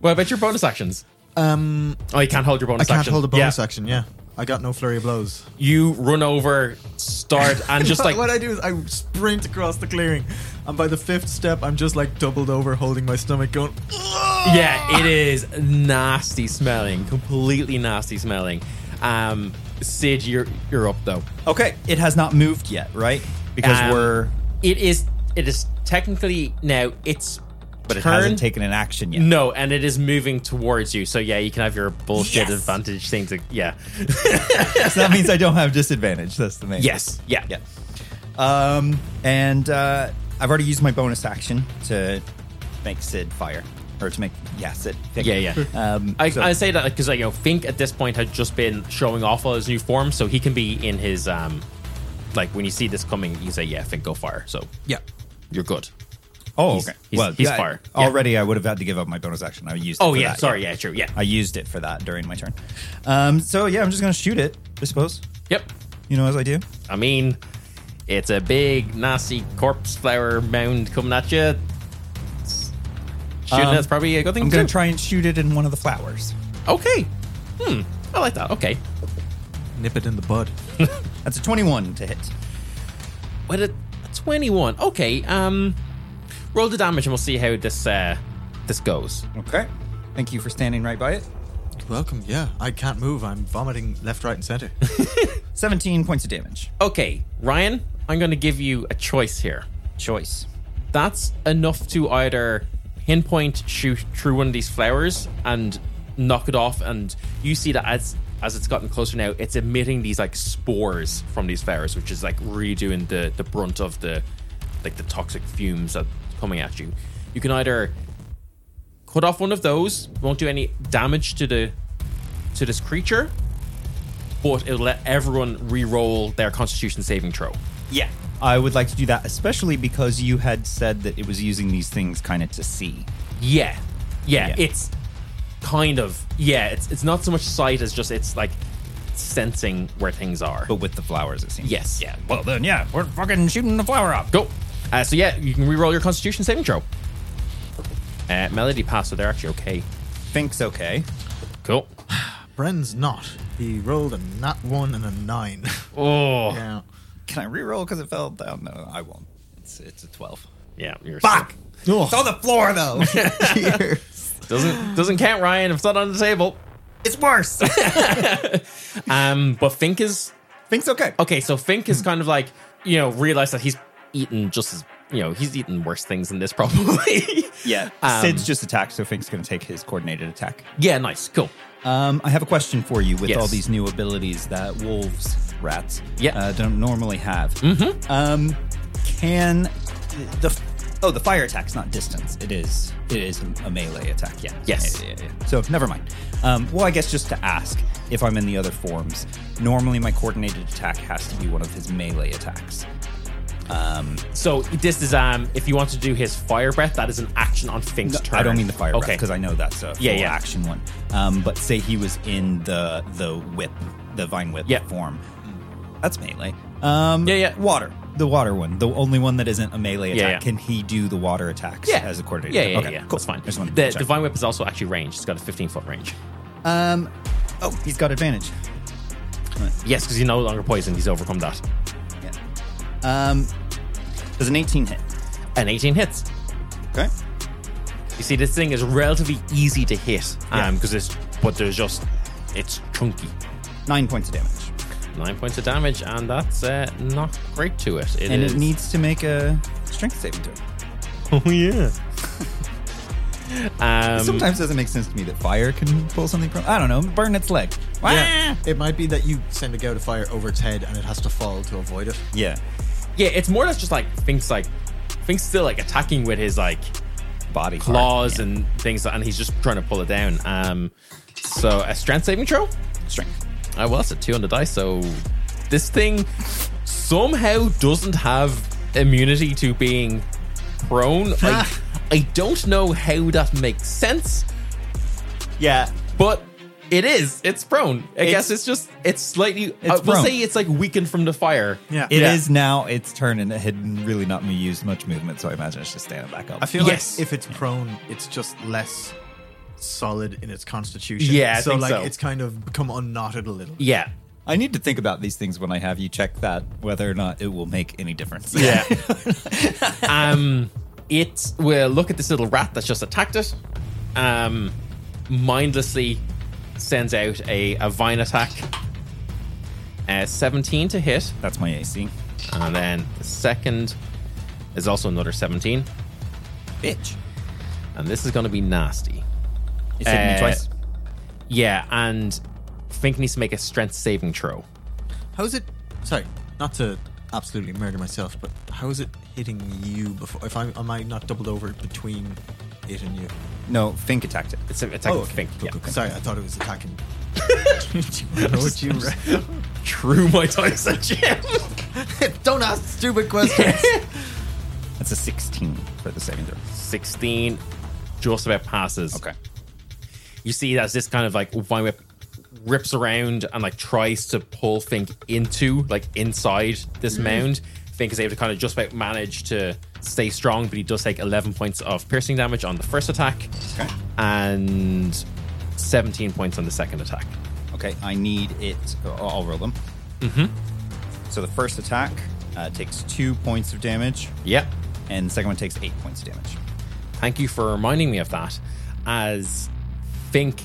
A: Well, I bet your bonus actions.
B: um,
A: Oh, you can't hold your bonus
B: I
A: action.
B: can't hold a bonus
A: Yeah.
B: action. Yeah, I got no flurry of blows.
A: You run over, start, and just like
B: what I do is I sprint across the clearing, and by the fifth step, I'm just like doubled over, holding my stomach, going.
A: yeah, it is nasty smelling, completely nasty smelling. Um, Sid, you're you're up though.
C: Okay, it has not moved yet, right? Because
A: Um,
C: we're
A: It is. It is technically now. It's.
C: but it
A: turn.
C: hasn't taken an action yet.
A: No, and it is moving towards you. So yeah, you can have your bullshit
C: Yes.
A: advantage thing. To, yeah.
C: So that means I don't have disadvantage. That's the main.
A: yes. Yeah.
C: Yeah. Um, and uh, I've already used my bonus action to make Sid fire, or to make yeah Sid. Pick.
A: Yeah, yeah.
C: Um,
A: I,
C: so-
A: I say that because like, you know Fink at this point had just been showing off all his new forms, so he can be in his um, like when you see this coming, you say yeah, Fink go fire. So
B: Yeah.
A: you're good.
C: oh,
A: he's-
C: okay.
A: he's- he's fire. Yeah.
C: Already, I would have had to give up my bonus action. I used. It
A: Oh
C: for
A: yeah,
C: that,
A: sorry, yeah, true, yeah,
C: I used it for that during my turn. Um, so yeah, I'm just gonna shoot it. I suppose.
A: yep.
C: You know, as I do.
A: I mean, it's a big nasty corpse flower mound coming at you. It's- Shooting
C: Um,
A: that's probably a good thing.
C: I'm
A: to
C: gonna
A: do.
C: try and shoot it in one of the flowers.
A: Okay. Hmm. I like that. Okay.
B: Nip it in the bud.
C: That's a 21 to hit.
A: With a, a 21. Okay. Um, roll the damage and we'll see how this uh this goes.
C: Okay. Thank you for standing right by it.
B: Welcome. Yeah, I can't move. I'm vomiting left, right, and center.
C: 17 points of damage.
A: Okay, Ryan, I'm going to give you a choice here.
C: Choice.
A: That's enough to either pinpoint shoot through one of these flowers and knock it off. And you see that as as it's gotten closer now, it's emitting these like spores from these flowers, which is like really doing the the brunt of the like the toxic fumes that coming at you. You can either cut off one of those, won't do any damage to the to this creature, but it'll let everyone re-roll their Constitution saving throw.
C: Yeah. I would like to do that, especially because you had said that it was using these things kind of to see.
A: Yeah. yeah,
C: Yeah.
A: It's kind of yeah. It's it's not so much sight as just it's like sensing where things are.
C: But with the flowers, it seems.
A: yes. Yeah.
C: Well, then, yeah, we're fucking shooting the flower up.
A: Go. Uh, so yeah, you can re-roll your Constitution saving throw. Uh, Melody passed, so they're actually okay.
C: Fink's okay.
A: Cool.
B: Bren's not. He rolled a nat one and a nine.
A: Oh yeah,
B: yeah.
C: Can I reroll because it fell down? No, I won't. It's it's a twelve.
A: you're
C: Fuck!
B: Oh,
C: It's on the floor though.
B: years.
A: Doesn't doesn't count, Ryan. If it's not on the table.
C: it's worse.
A: Um, but Fink is
C: Fink's okay.
A: okay. So Fink is kind of like you know realized that he's eaten just as you know he's eaten worse things than this probably.
C: Yeah.
A: Um,
C: Sid's just attacked, so Fink's going to take his coordinated attack.
A: yeah, nice, cool.
C: Um, I have a question for you with
A: Yes.
C: all these new abilities that wolves, rats,
A: Yeah. Mm-hmm.
C: uh, don't normally have. Um, can the oh the fire attack's not distance? It is it is a melee attack. Yeah.
A: Yes.
C: Yeah, yeah, yeah. So never mind. Um, well, I guess just to ask if I'm in the other forms. Normally, my coordinated attack has to be one of his melee attacks.
A: So this is um if you want to do his fire breath, that is an action on Fink's turn.
C: I don't mean the fire
A: Okay,
C: because I know that's a full
A: Yeah, yeah.
C: action one. Um, but say he was in the the whip, the vine whip
A: Yeah. Mm.
C: form. That's melee. Um,
A: Yeah, yeah.
C: Water, the water one, the only one that isn't a melee attack.
A: Yeah, yeah.
C: Can he do the water attacks as a coordinator?
A: Yeah, yeah,
C: okay,
A: yeah.
C: cool.
A: That's fine.
C: Just wanted to
A: The
C: check.
A: divine whip is also actually ranged. It's got a 15 foot range.
C: um, oh, he's got advantage.
A: Yes, because he's no longer poisoned. He's overcome that.
C: Yeah. Um, does an eighteen hit?
A: And 18 hits.
C: Okay.
A: You see, this thing is relatively easy to hit.
C: Yeah.
A: Um, because it's but there's just it's chunky.
C: Nine points of damage,
A: Nine points of damage, and that's uh, not great to it. It
C: and
A: is-
C: it needs to make a strength saving throw.
A: Oh yeah. um,
C: Sometimes it doesn't make sense to me that fire can pull something from. I don't know, burn its leg.
B: yeah.
A: Ah.
B: It might be that you send a gout of fire over its head and it has to fall to avoid it.
C: Yeah.
A: yeah, it's more or less just like Fink's like Fink's still like attacking with his like
C: Body
A: claws and things, and he's just trying to pull it down. Um, so a strength saving throw.
C: strength.
A: I well, that's a two on the dice. So this thing somehow doesn't have immunity to being prone. I, I don't know how that makes sense,
B: Yeah.
A: but it is. It's prone. I guess it's just it's slightly. I
C: It's
A: will
C: prone.
A: say it's like weakened from the fire.
B: Uh, Yeah.
C: It is
A: Yeah.
C: now its turn, and it had really not used much movement, so I imagine it's just standing back up.
B: I feel
A: Yes.
B: like if it's prone, it's just less solid in its constitution.
A: Yeah, I
B: so
A: think
B: like
A: so.
B: it's kind of become unknotted a little.
A: Yeah.
C: I need to think about these things when I have you check that whether or not it will make any difference.
A: Yeah. um, it will look at this little rat that's just attacked it. Um, mindlessly sends out a, a vine attack. Uh, 17 to hit.
C: That's my AC.
A: And then the second is also another 17.
C: Bitch.
A: And this is going to be nasty.
C: It's hit me
A: Uh,
C: twice.
A: Yeah, and Fink needs to make a strength saving throw.
B: How's it? Sorry, not to absolutely murder myself, but how is it hitting you before? If I'm, am I not doubled over between it and you? Oh,
C: No, Fink attacked it.
A: It's an attack of Fink.
B: Cool,
A: yeah.
B: cool, cool. Sorry, I thought it was attacking. you
A: True, my dice at Jim.
B: Don't ask stupid questions.
C: That's a 16 for the saving throw.
A: 16 just about passes.
C: Okay.
A: you see as this kind of like vine whip rips around and like tries to pull Fink into like inside this mound. Fink is able to kind of just about manage to stay strong, but he does take 11 points of piercing damage on the first attack
C: Okay.
A: and 17 points on the second attack.
C: Okay, I need it. I'll I'll roll them. Mm-hmm.
D: Mm-hmm.
C: So the first attack uh, takes two points of damage,
A: Yep.
C: and the second one takes eight points of damage.
A: Thank you for reminding me of that. As Fink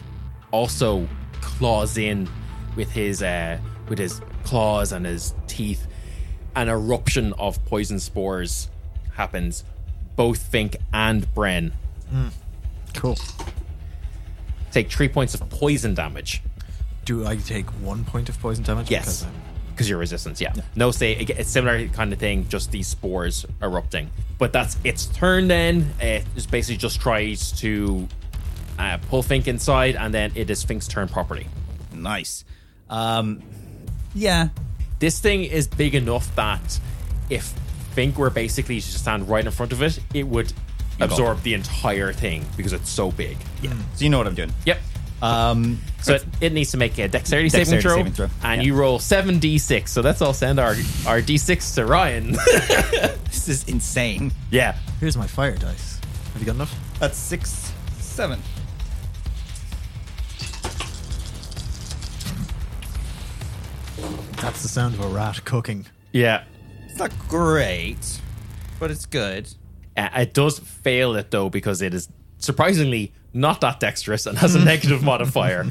A: also claws in with his uh, with his claws and his teeth, an eruption of poison spores happens. Both Fink and Bren
B: cool.
A: take three points of poison damage.
B: Do I take one point of poison damage?
A: Yes,
B: Because I'm-
A: because your resistance. Yeah. No say. ag- It's similar kind of thing. Just these spores erupting. But that's its turn. Then it just basically just tries to uh, pull Fink inside, and then it is Fink's turn properly.
C: Nice. Um, yeah,
A: This thing is big enough that if Fink were basically to stand right in front of it, it would
C: Engulf.
A: absorb the entire thing because it's so big.
C: So you know what I'm doing.
A: Yep.
D: Um,
A: So it, it needs to make a dexterity, saving,
D: Dexterity
A: throw,
D: saving throw,
A: and
D: yeah.
A: you roll seven d6. So let's all send our our d6 to Ryan.
D: this is insane.
A: yeah,
B: Here's my fire dice. Have you got enough?
D: That's six, seven.
B: That's the sound of a rat cooking.
A: yeah.
D: It's not great, but it's good.
A: Uh, it does fail it though because it is surprisingly not that dexterous and has a negative modifier.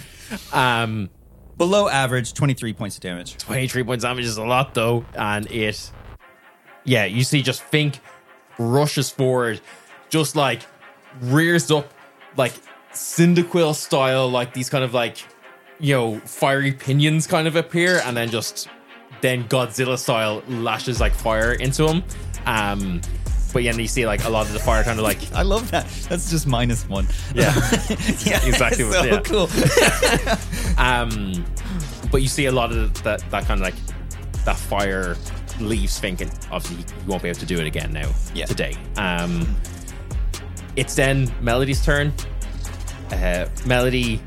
A: Um,
D: Below average, 23 points of damage.
A: 23 points damage is a lot though, and it, yeah, you see just Fink rushes forward, just like rears up, like Cyndaquil style, like these kind of like, you know, fiery pinions kind of appear, and then just then Godzilla style lashes like fire into him. Um, but yeah, and you see like a lot of the fire kind of like
D: I love that. That's just minus one.
A: Yeah.
D: yeah,
A: Exactly
D: it's
A: what-
D: So cool.
A: yeah. Um, but you see a lot of that that kind of like that fire leaves thinking. Obviously, you won't be able to do it again now
D: Yeah.
A: today. Um, it's then Melody's turn. Uh, Melody,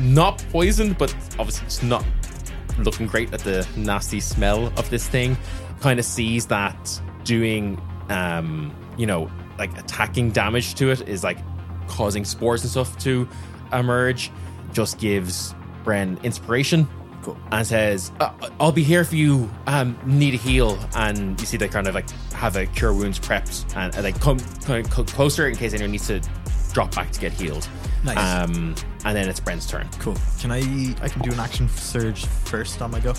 A: not poisoned, but obviously it's not looking great at the nasty smell of this thing. Kind of sees that doing, um, you know, like attacking damage to it is like causing spores and stuff to emerge. Just gives Bren inspiration
B: Cool.
A: and says, "I- "I'll be here if you um, need a heal." And you see they kind of like have a cure wounds prepped and, and they come kind of co- closer in case anyone needs to drop back to get healed.
B: Nice.
A: Um, and then it's Bren's turn.
B: Cool. Can I? I can do an action surge first on my go.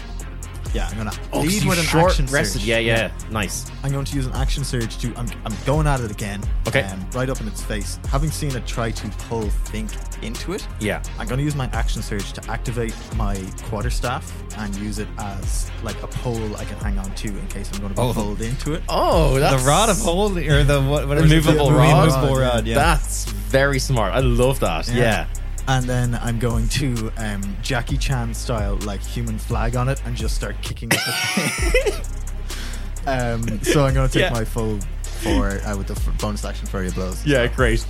B: Yeah, I'm gonna lead
A: Oh, you
B: with an
A: short
B: action
A: rested.
B: surge.
A: Yeah, yeah, nice.
B: I'm going to use an action surge to. I'm, I'm going at it again.
A: Okay.
B: Um, right up in its face. Having seen it try to pull Think into it,
A: Yeah,
B: I'm going to use my action surge to activate my quarterstaff and use it as like a pole I can hang on to in case I'm going to be
D: Oh.
B: pulled into it.
A: Oh,
D: the
A: that's
D: rod of holy, or the what, whatever
A: Immovable
B: rod.
D: Immovable rod. Yeah.
A: That's very smart. I love that. Yeah.
B: And then I'm going to um, Jackie Chan style, like human flag on it, and just start kicking it. um, so I'm going to take
A: Yeah.
B: my full four uh, with the f- bonus action Flurry of Blows.
A: Yeah, great.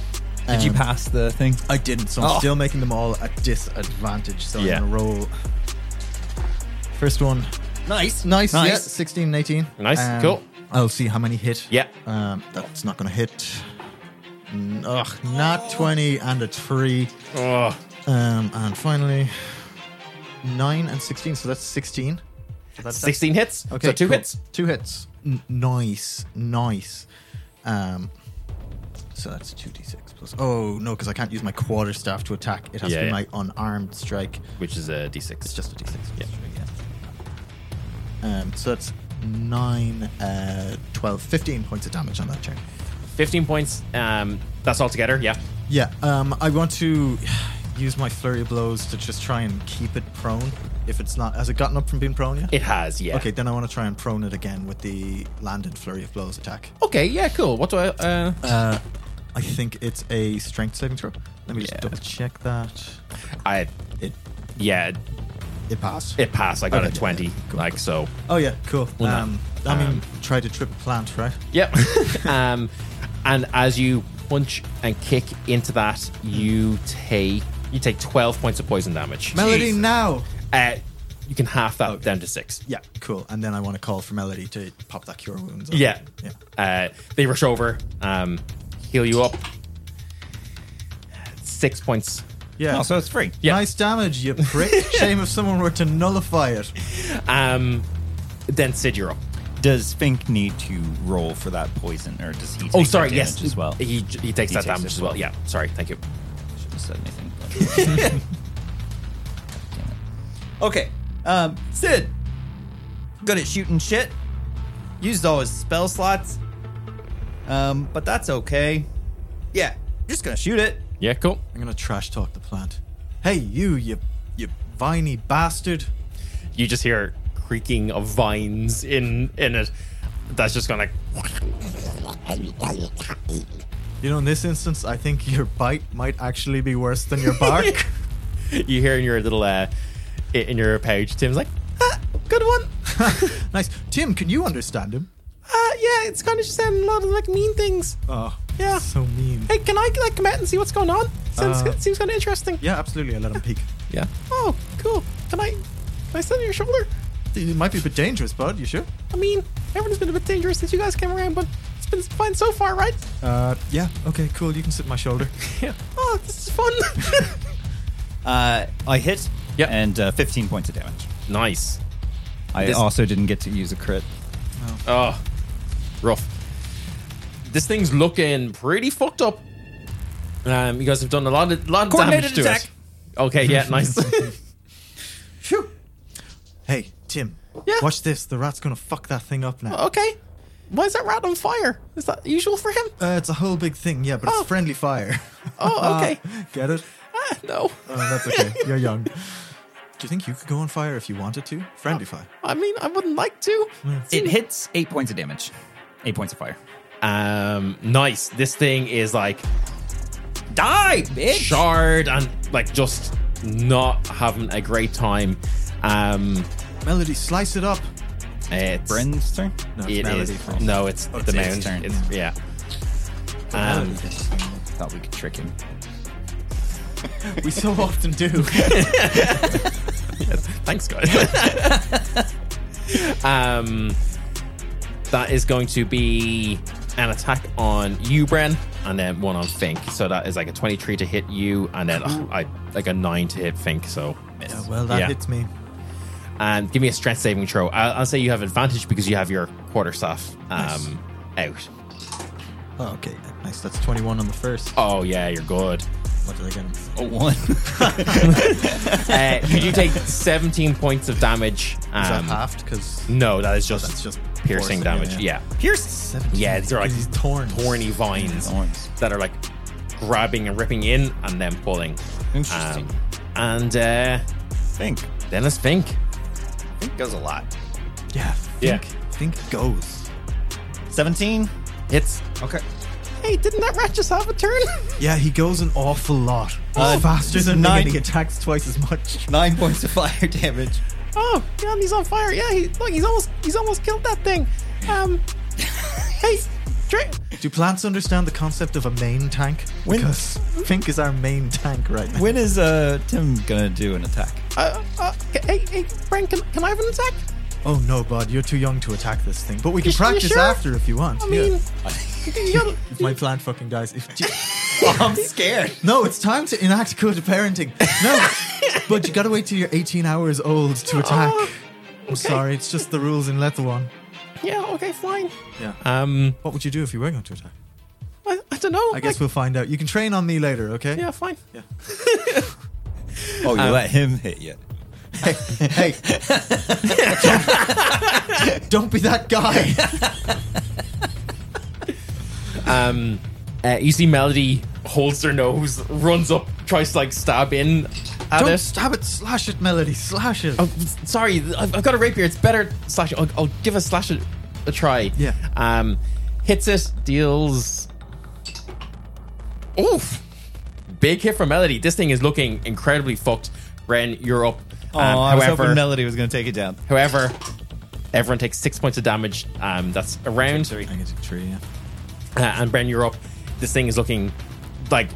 D: Did you
B: Um,
D: pass the thing?
B: I didn't, so I'm
D: Oh.
B: still making them all at disadvantage. So
A: Yeah.
B: I'm going to roll. First one.
D: Nice.
B: Nice.
D: Nice.
B: Yeah, 16 and 18.
A: Nice, cool.
B: I'll see how many hit.
A: Yeah.
B: Um, that's not going to hit. N- Ugh, not 20 and a 3.
A: Oh,
B: Um, and finally, 9 and 16, so that's 16. So that's-
A: 16 hits. Okay, so two
B: cool.
A: hits.
B: Two hits. N- nice, nice. Um, so that's 2d6 plus. Oh, no, because I can't use my quarter staff to attack. It has
A: Yeah,
B: to be
A: yeah.
B: my unarmed strike.
A: Which is a d6.
B: It's just a d6.
A: Yeah.
B: Um, so that's 9, uh, 12, 15 points of damage on that turn.
A: 15 points. Um, that's all together. Yeah.
B: Yeah, um, I want to use my flurry of blows to just try and keep it prone. If it's not, has it gotten up from being prone yet?
A: It has. Yeah.
B: Okay, then I want to try and prone it again with the landed flurry of blows attack.
A: Okay. Yeah. Cool. What do I? Uh,
B: Uh, I think it's a strength saving throw. Let me
A: Yeah.
B: just double check that.
A: I.
B: It
A: Yeah.
B: it passed.
A: It passed. I got
B: Okay,
A: a
B: yeah,
A: 20.
B: yeah, cool,
A: like
B: cool.
A: so.
B: oh yeah, cool.
A: Well, no.
B: um, I mean,
A: Um,
B: try to trip a plant, right?
A: Yep. um, and as you punch and kick into that, you take you take 12 points of poison damage.
B: Melody
A: Jesus.
B: now.
A: Uh, you can half that down to six.
B: Yeah, cool. And then I want to call for Melody to pop that cure wounds. on.
A: Yeah.
B: yeah.
A: Uh, they rush over, um, heal you up. Six points.
B: Yeah.
D: Oh, so it's free.
A: yeah.
B: Nice damage, you prick. Shame if someone were to nullify it.
A: Um, then Sid, you're up. Oh,
D: Does Fink need to roll for that poison, or does he? Take
A: Oh, sorry.
D: that
A: Yes,
D: damage as well.
A: He, he takes
D: He
A: that
D: takes
A: damage
D: it
A: as
D: as
A: well.
D: well.
A: Yeah. Sorry. Thank you.
D: Shouldn't have said anything. but- Damn it. okay, um, Sid, good at shooting shit. Used all his spell slots, um, but that's okay. Yeah, I'm just gonna shoot it.
A: Yeah. Cool.
B: I'm gonna trash talk the plant. Hey, you, you, you viney bastard.
A: you just hear creaking of vines in in it that's just gonna
B: You know, in this instance, I think your bite might actually be worse than your bark.
A: you hear in your little uh i- in your page tim's like ah, good one
B: nice. Tim, can you understand him?
A: uh yeah it's kind of just saying a lot of like mean things
B: Oh,
A: Yeah.
B: So mean.
A: hey can i like come out and see what's going on Sounds,
B: Uh,
A: seems kind of interesting.
B: Yeah, absolutely. I let him peek.
A: Yeah. Oh, cool. Can I? Can I stand on your shoulder?
B: It might be a bit dangerous, bud. You sure?
A: I mean, everyone's been a bit dangerous since you guys came around, but it's been fine so far, right?
B: Uh, yeah. Okay, cool. You can sit on my shoulder.
A: Yeah. Oh, this is fun.
D: Uh, I hit
A: Yep.
D: and uh, 15 points of damage.
A: nice.
D: I
A: This-
D: also didn't get to use a crit.
A: Oh, rough. This thing's looking pretty fucked up. Um, you guys have done a lot of lot of
D: Coordinated
A: damage to
D: attack.
A: it. Okay, yeah, nice.
B: Phew. Hey, Tim.
A: Yeah?
B: Watch this. The rat's gonna fuck that thing up now.
A: okay, why is that rat on fire? Is that usual for him?
B: Uh, it's a whole big thing, yeah, but
A: Oh.
B: it's friendly fire. Uh,
A: Oh, okay.
B: Get it?
A: Ah, no,
B: Oh, that's okay. You're young. Do you think you could go on fire if you wanted to? Friendly fire.
A: I mean I wouldn't like to.
D: It hits eight points of damage, eight points of fire.
A: Um, nice. This thing is like
D: Die, bitch!
A: shard and like just not having a great time. Um,
B: Melody, slice it up.
A: it's
D: Bren's turn.
B: No, it's
A: it
B: Melody.
A: is no, it's the
D: it's
A: mound.
D: his turn.
A: It's- yeah. Um,
D: Thought we could trick him.
B: We so often do.
A: Thanks, guys. um, that is going to be an attack on you, Bren, and then one on Fink. So that is like a 23 to hit you, and then oh, I like a 9 to hit Fink. So miss.
B: Yeah, Oh, well, that
A: Yeah.
B: hits me.
A: And give me a strength saving throw. I'll, I'll say you have advantage because you have your quarterstaff um, out.
B: Oh, okay, nice. That's 21 on the first.
A: Oh, yeah, you're good.
B: What did I get him?
D: A Oh, one.
A: Uh, you do take 17 points of damage. Um,
B: Is that halved? Because
A: No, that is just,
B: that's just
A: piercing
B: forcing,
A: damage.
B: yeah,
A: yeah.
D: Pierce.
A: Yeah, they're like
B: these torn.
A: horny vines
D: Thorns.
A: that are like grabbing and ripping in and then pulling.
D: Interesting.
A: Um, and uh,
D: Think.
A: then it's Fink.
D: Think goes a lot.
B: Yeah.
A: Yeah.
B: Think, think goes.
D: 17.
A: It's
D: Okay.
A: hey, didn't that rat just have a turn?
B: Yeah, he goes an awful lot.
D: Uh,
B: He's faster than me
D: nine-
B: and he attacks twice as much.
D: Nine points of fire damage.
A: oh, yeah, and he's on fire. Yeah, he, look, he's almost he's almost killed that thing. Um, hey, Dra-
B: Do plants understand the concept of a main tank?
D: When-
B: Because Fink is our main tank right now.
D: When is uh Tim gonna do an attack?
A: uh, uh, ca- hey, hey, Frank, can, can I have an attack?
B: Oh no, bud, you're too young to attack this thing. But we can
A: You- you
B: practice
A: sure?
B: after if you want.
A: I mean,
B: yeah.
A: you gotta,
B: if my plant fucking dies. If,
D: I'm scared.
B: no, it's time to enact good parenting. No, but you gotta wait till you're 18 hours old to attack.
A: Oh,
B: I'm sorry, it's just the rules in Letawan.
A: yeah, okay, fine.
B: Yeah.
A: Um,
B: What would you do if you were going to attack?
A: I, I don't know.
B: I guess we'll find out. You can train on me later, okay?
A: yeah, fine.
D: Oh, you
B: Um,
D: let him hit you.
B: Hey, don't, don't be that guy.
A: Um, uh, you see Melody holds her nose, runs up, tries to like stab in at
B: Don't
A: it.
B: stab it, slash it, Melody, slash it.
A: Oh, s- sorry, I've, I've got a rapier. It's better slash. I'll, I'll give a slash a, a try.
B: Yeah.
A: Um, hits it, deals. Oof! Big hit from Melody. This thing is looking incredibly fucked. Ren, you're up.
D: Oh,
A: Um,
D: I was hoping
A: however,
D: Melody was gonna take it down.
A: however, everyone takes six points of damage. Um, that's around.
B: I get a tree, yeah.
A: Uh, and Bren, you're up. This thing is looking like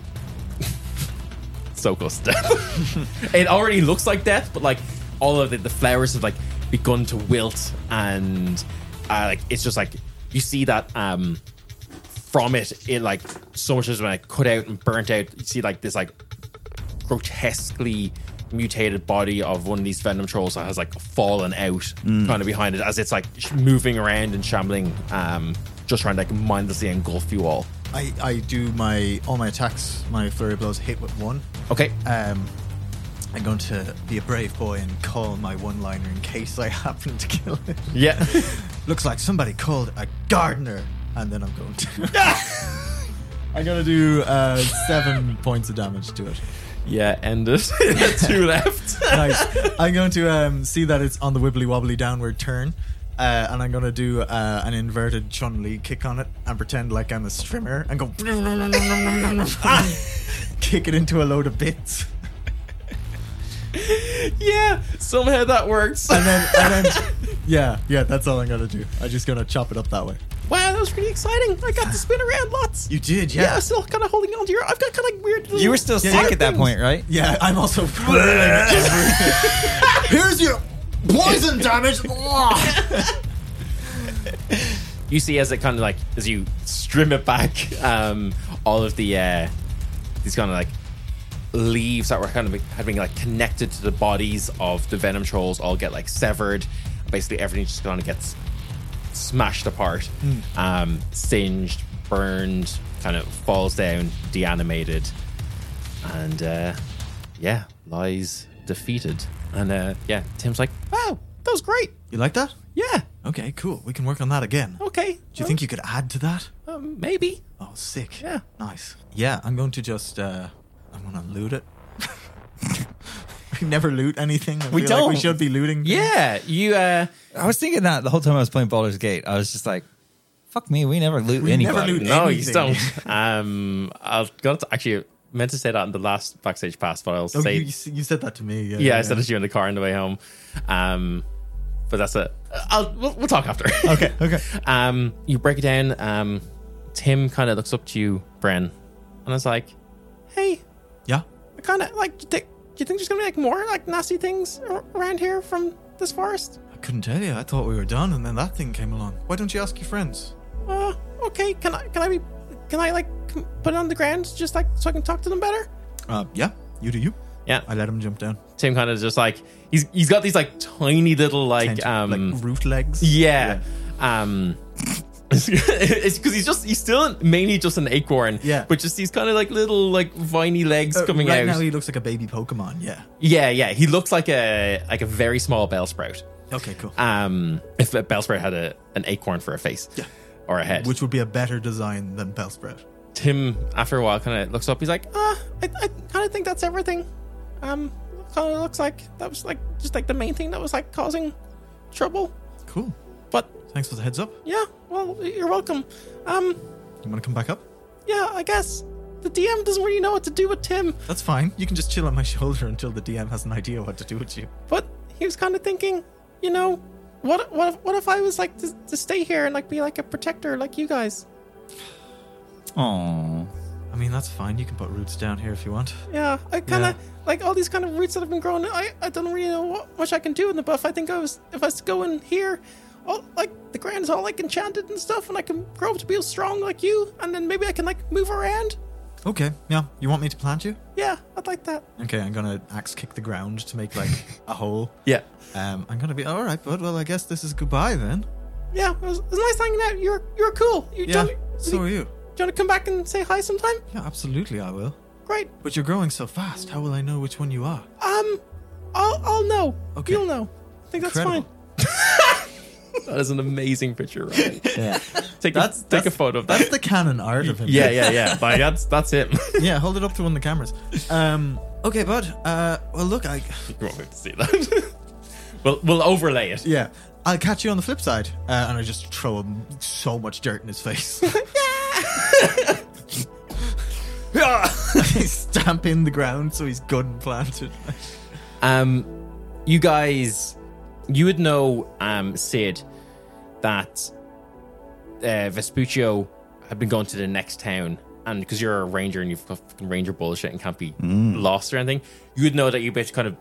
A: so close to death. it already looks like death, but like all of the, the flowers have like begun to wilt, and uh, like it's just like you see that um from it, it like so much has been like cut out and burnt out. You see like this like grotesquely mutated body of one of these venom trolls that has like fallen out
B: Mm.
A: kind of behind it as it's like sh- moving around and shambling um just trying to like mindlessly engulf you all
B: I, I do my all my attacks, my flurry of blows hit with one.
A: okay
B: Um, I'm going to be a brave boy and call my one liner in case I happen to kill it.
A: yeah
B: Looks like somebody called a gardener, and then I'm going to. I'm gonna do uh, seven points of damage to it.
A: yeah end it two left
B: Nice. I'm going to um, see that it's on the wibbly wobbly downward turn, uh, and I'm going to do uh, an inverted Chun Li kick on it and pretend like I'm a strimmer and go kick it into a load of bits,
A: yeah somehow that works
B: and then and then yeah yeah that's all I'm gonna do. I'm just gonna chop it up that way.
A: Wow, that was pretty exciting. I got to spin around lots.
B: You did,
A: yeah,
B: yeah.
A: I'm still kind of holding on to your. I've got kind of weird.
C: You were still
A: Yeah,
C: sick
A: yeah.
C: at that point, right?
B: Yeah, I'm also. Here's your poison damage.
A: You see, as it kind of like as you strim it back, um, all of the uh, these kind of like leaves that were kind of having like connected to the bodies of the venom trolls all get like severed. Basically, everything just kind of gets smashed apart,
B: Hmm.
A: um, singed, burned, kind of falls down, deanimated, and uh, yeah, lies defeated. And uh, yeah, Tim's like, "Wow, that was great.
B: you like that?
A: Yeah,
B: Okay, cool. We can work on that again.
A: okay.
B: Do you think you could add to that?
A: um, maybe?"
B: Oh, sick.
A: Yeah.
B: Nice. Yeah, I'm going to just. uh I'm going to loot it. we never loot anything. I
C: We
B: feel like we
C: don't.
B: should be looting. things.
A: Yeah, you uh
C: I was thinking that the whole time I was playing Baldur's Gate. I was just like, fuck me, we never loot
B: We never
C: anybody.
B: loot
A: no, you
B: anything.
A: don't. Um I've got to actually meant to say that in the last backstage pass, but I'll
B: Oh,
A: say
B: you, you s- you said that to me. Yeah,
A: yeah, I said it to you in the car on the way home. Um but that's it. Uh, I'll we'll, we'll talk after.
C: Okay, okay.
A: um you break it down, um Tim kind of looks up to you, Bren, and it's like, "Hey,
B: Yeah.
A: I kind of like do you think do you think there's going to be like more like nasty things ar- around here from this forest?"
B: I couldn't tell you. I thought we were done, and then that thing came along. Why don't you ask your friends?
A: Uh, okay, can I can I be can I like c- put it on the ground just like so I can talk to them better?
B: Uh, yeah. You do you.
A: Yeah.
B: I let him jump down.
A: Tim kind of just like he's he's got these like tiny little like
B: Tentacle-
A: um
B: like root legs.
A: yeah, um it's because he's just he's still mainly just an acorn
B: Yeah.
A: but just these kind of like little like viney legs
B: Uh,
A: coming
B: right
A: out
B: now, he looks like a baby Pokemon. Yeah.
A: yeah yeah he looks like a like a very small bell sprout
B: Okay, cool.
A: um if a bell sprout had a an acorn for a face
B: Yeah.
A: or a head
B: Which would be a better design than Bellsprout.
A: Tim, after a while, kind of looks up. He's like, ah, I, I kind of think that's everything. Um, kind of looks like that was like just like the main thing that was like causing trouble.
B: Cool.
A: But
B: Thanks for the heads up.
A: yeah, well, you're welcome. Um,
B: You want to come back up?
A: yeah, I guess the DM doesn't really know what to do with Tim,
B: That's fine. You can just chill on my shoulder until the DM has an idea what to do with you.
A: but he was kind of thinking, you know, what what if, what if I was like to, to stay here and like be like a protector like you guys?
C: Aww.
B: I mean, that's fine. You can put roots down here if you want.
A: Yeah, I kind of
B: Yeah.
A: like all these kind of roots that have been growing. I, I don't really know what much I can do in the buff. I think I was if I was to go in here, all like the ground's all like enchanted and stuff, and I can grow up to be as strong like you, and then maybe I can like move around.
B: Okay. Yeah. You want me to plant you?
A: Yeah, I'd like that.
B: Okay. I'm gonna axe kick the ground to make like a hole.
A: Yeah,
B: Um. I'm gonna be all right, bud. Well, I guess this is goodbye then.
A: yeah. It was, it was nice hanging out. You're you're cool. You,
B: Yeah.
A: do you-
B: So are you?
A: Do you want to come back and say hi sometime?
B: Yeah. Absolutely, I will.
A: Great.
B: But you're growing so fast. How will I know which one you are?
A: Um, I'll I'll know.
B: Okay.
A: You'll know. I think that's
B: Incredible.
A: fine. that is an amazing picture, Ryan.
B: Yeah.
A: Take
B: That's- that's-
A: photo of
B: That's the canon art of him.
A: yeah, yeah, yeah. Like that's that's him.
B: yeah, hold it up to one of the cameras. Um, okay, bud. Uh, well, look, I
A: You won't be able to see that. we'll, we'll overlay it.
B: yeah, I'll catch you on the flip side, uh, and I just throw him so much dirt in his face. Stamp in the ground so he's gun planted.
A: Um, you guys, you would know, um, Sid, that uh, Vespuccio had been going to the next town, and because you're a ranger and you've got fucking ranger bullshit and can't be
C: Mm.
A: lost or anything, you would know that you basically kind of,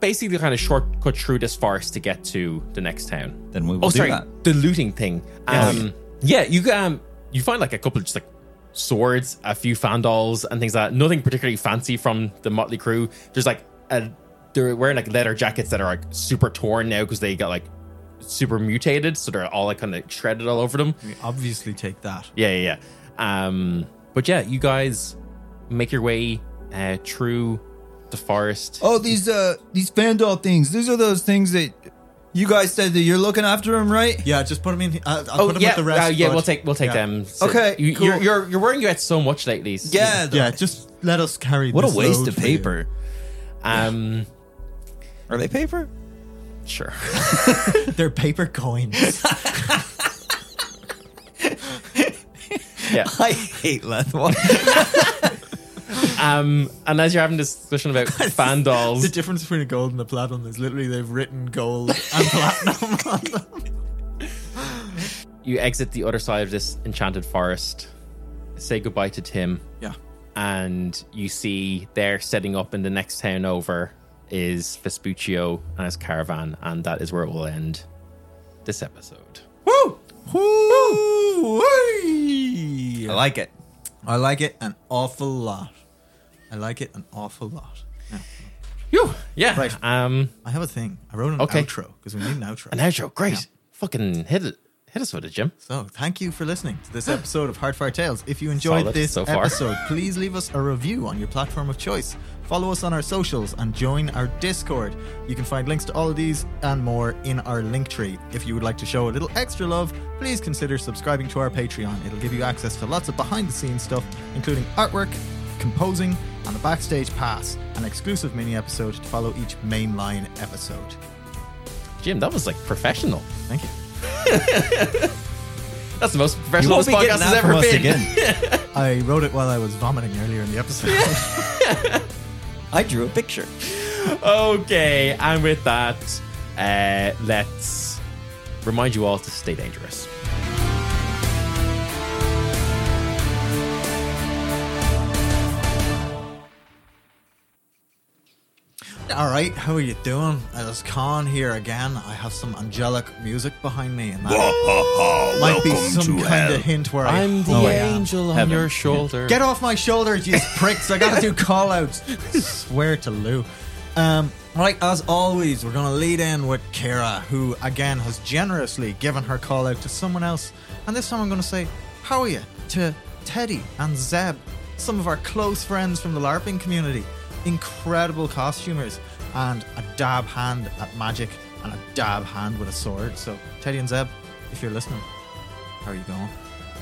A: basically kind of shortcut through this forest to get to the next town.
C: Then we will
A: Oh,
C: do
A: sorry,
C: that.
A: the looting thing. Um, yeah, you um, you find like a couple of just like swords, a few fandals, and things like that. Nothing particularly fancy from the motley crew. There's like a, they're wearing like leather jackets that are like super torn now because they got like super mutated, so they're all like kind of shredded all over them.
B: We obviously take that.
A: Yeah, yeah, yeah. Um, but yeah, you guys make your way uh, through the forest.
C: Oh, these uh, these Vandal things. These are those things that you guys said that you're looking after them, right?
B: Yeah, just put him in. Uh, I'll
A: Oh,
B: put him
A: yeah,
B: with the rest.
A: uh, yeah.
B: bud.
A: We'll take we'll take
B: Yeah.
A: them. So
C: Okay,
A: you,
C: cool.
A: you're, you're you're wearing you out so much lately. so-
C: Yeah.
B: Yeah, just let us carry.
C: What a
B: this
C: waste
B: load
C: of
B: for you.
C: paper.
A: Um.
C: Are they paper?
A: Sure.
B: They're paper coins.
A: Yeah.
C: I hate Lethwall.
A: Um, and as you're having this discussion about fan
B: the
A: dolls,
B: difference between a gold and a platinum is literally they've written gold and platinum on them.
A: you exit the other side of this enchanted forest, say goodbye to Tim,
B: Yeah.
A: and you see they're setting up in the next town over is Vespuccio and his caravan, and that is where it will end this episode.
B: Woo! Woo! Whey!
D: I like it.
B: I like it an awful lot. I like it an awful lot. Now,
A: Phew, yeah.
B: Right.
A: Um,
B: I have a thing. I wrote an
A: Okay.
B: outro because we need an outro.
A: an outro, great.
B: Yeah.
A: Fucking hit it, hit us with it, Jim.
B: So, thank you for listening to this episode of Hardfire Tales. If you enjoyed
A: Solid
B: this
A: so far.
B: episode, please leave us a review on your platform of choice. Follow us on our socials and join our Discord. You can find links to all of these and more in our link tree. If you would like to show a little extra love, please consider subscribing to our Patreon. It'll give you access to lots of behind the scenes stuff, including artwork, composing, and a backstage pass, an exclusive mini episode to follow each mainline episode.
A: Jim, that was like professional.
B: Thank you.
A: That's the most professional this podcast has ever been.
B: I wrote it while I was vomiting earlier in the episode.
C: I drew a picture.
A: okay, and with that, uh, let's remind you all to stay dangerous.
B: All right, how are you doing? It's Khan here again. I have some angelic music behind me, and that might be some kind of hint where I
A: I'm the
B: hope I am.
A: angel on
C: Heaven.
A: your shoulder.
B: Get off my shoulders, you pricks! I gotta do call outs. Swear to Lou. Um, right, as always, we're gonna lead in with Kira, who again has generously given her call out to someone else. And this time I'm gonna say, How are you? to Teddy and Zeb, some of our close friends from the LARPing community. Incredible costumers, and a dab hand at magic, and a dab hand with a sword. So, Teddy and Zeb, if you're listening, how are you going?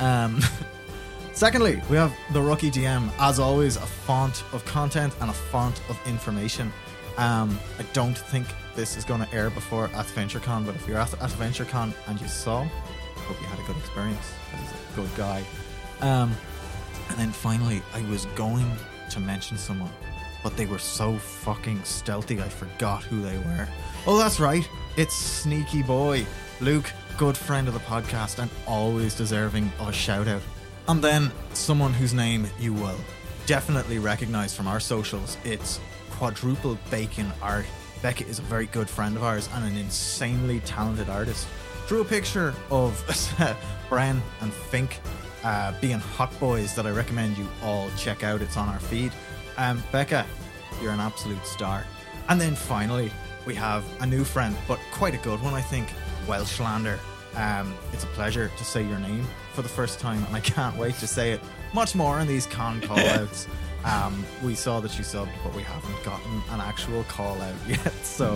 B: Um, Secondly, we have the Rookie DM. As always, a font of content and a font of information. Um, I don't think this is going to air before at VentureCon, but if you're at, at VentureCon and you saw, him, hope you had a good experience. 'cause He's a good guy. Um, and then finally, I was going to mention someone, but they were so fucking stealthy I forgot who they were. Oh, that's right. It's Sneaky Boy. Luke, good friend of the podcast and always deserving of a shout out. And then someone whose name you will definitely recognize from our socials. It's Quadruple Bacon Art. Becca is a very good friend of ours and an insanely talented artist. Drew a picture of Bran and Fink uh, being hot boys that I recommend you all check out. It's on our feed. Um, Becca, you're an absolute star. And then finally, we have a new friend, but quite a good one, I think. Welshlander. Um, it's a pleasure to say your name for the first time, and I can't wait to say it much more in these con callouts. Um, we saw that you subbed, but we haven't gotten an actual call out yet. So,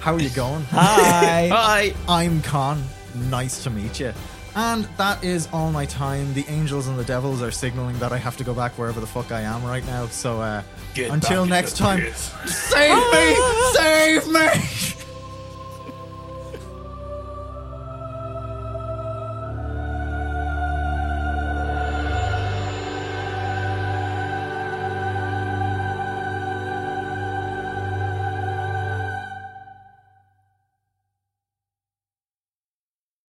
B: how are you going?
C: Hi.
A: Bye.
B: I'm Con. Nice to meet you. And that is all my time. The angels and the devils are signaling that I have to go back wherever the fuck I am right now. So uh, until next time, save me, save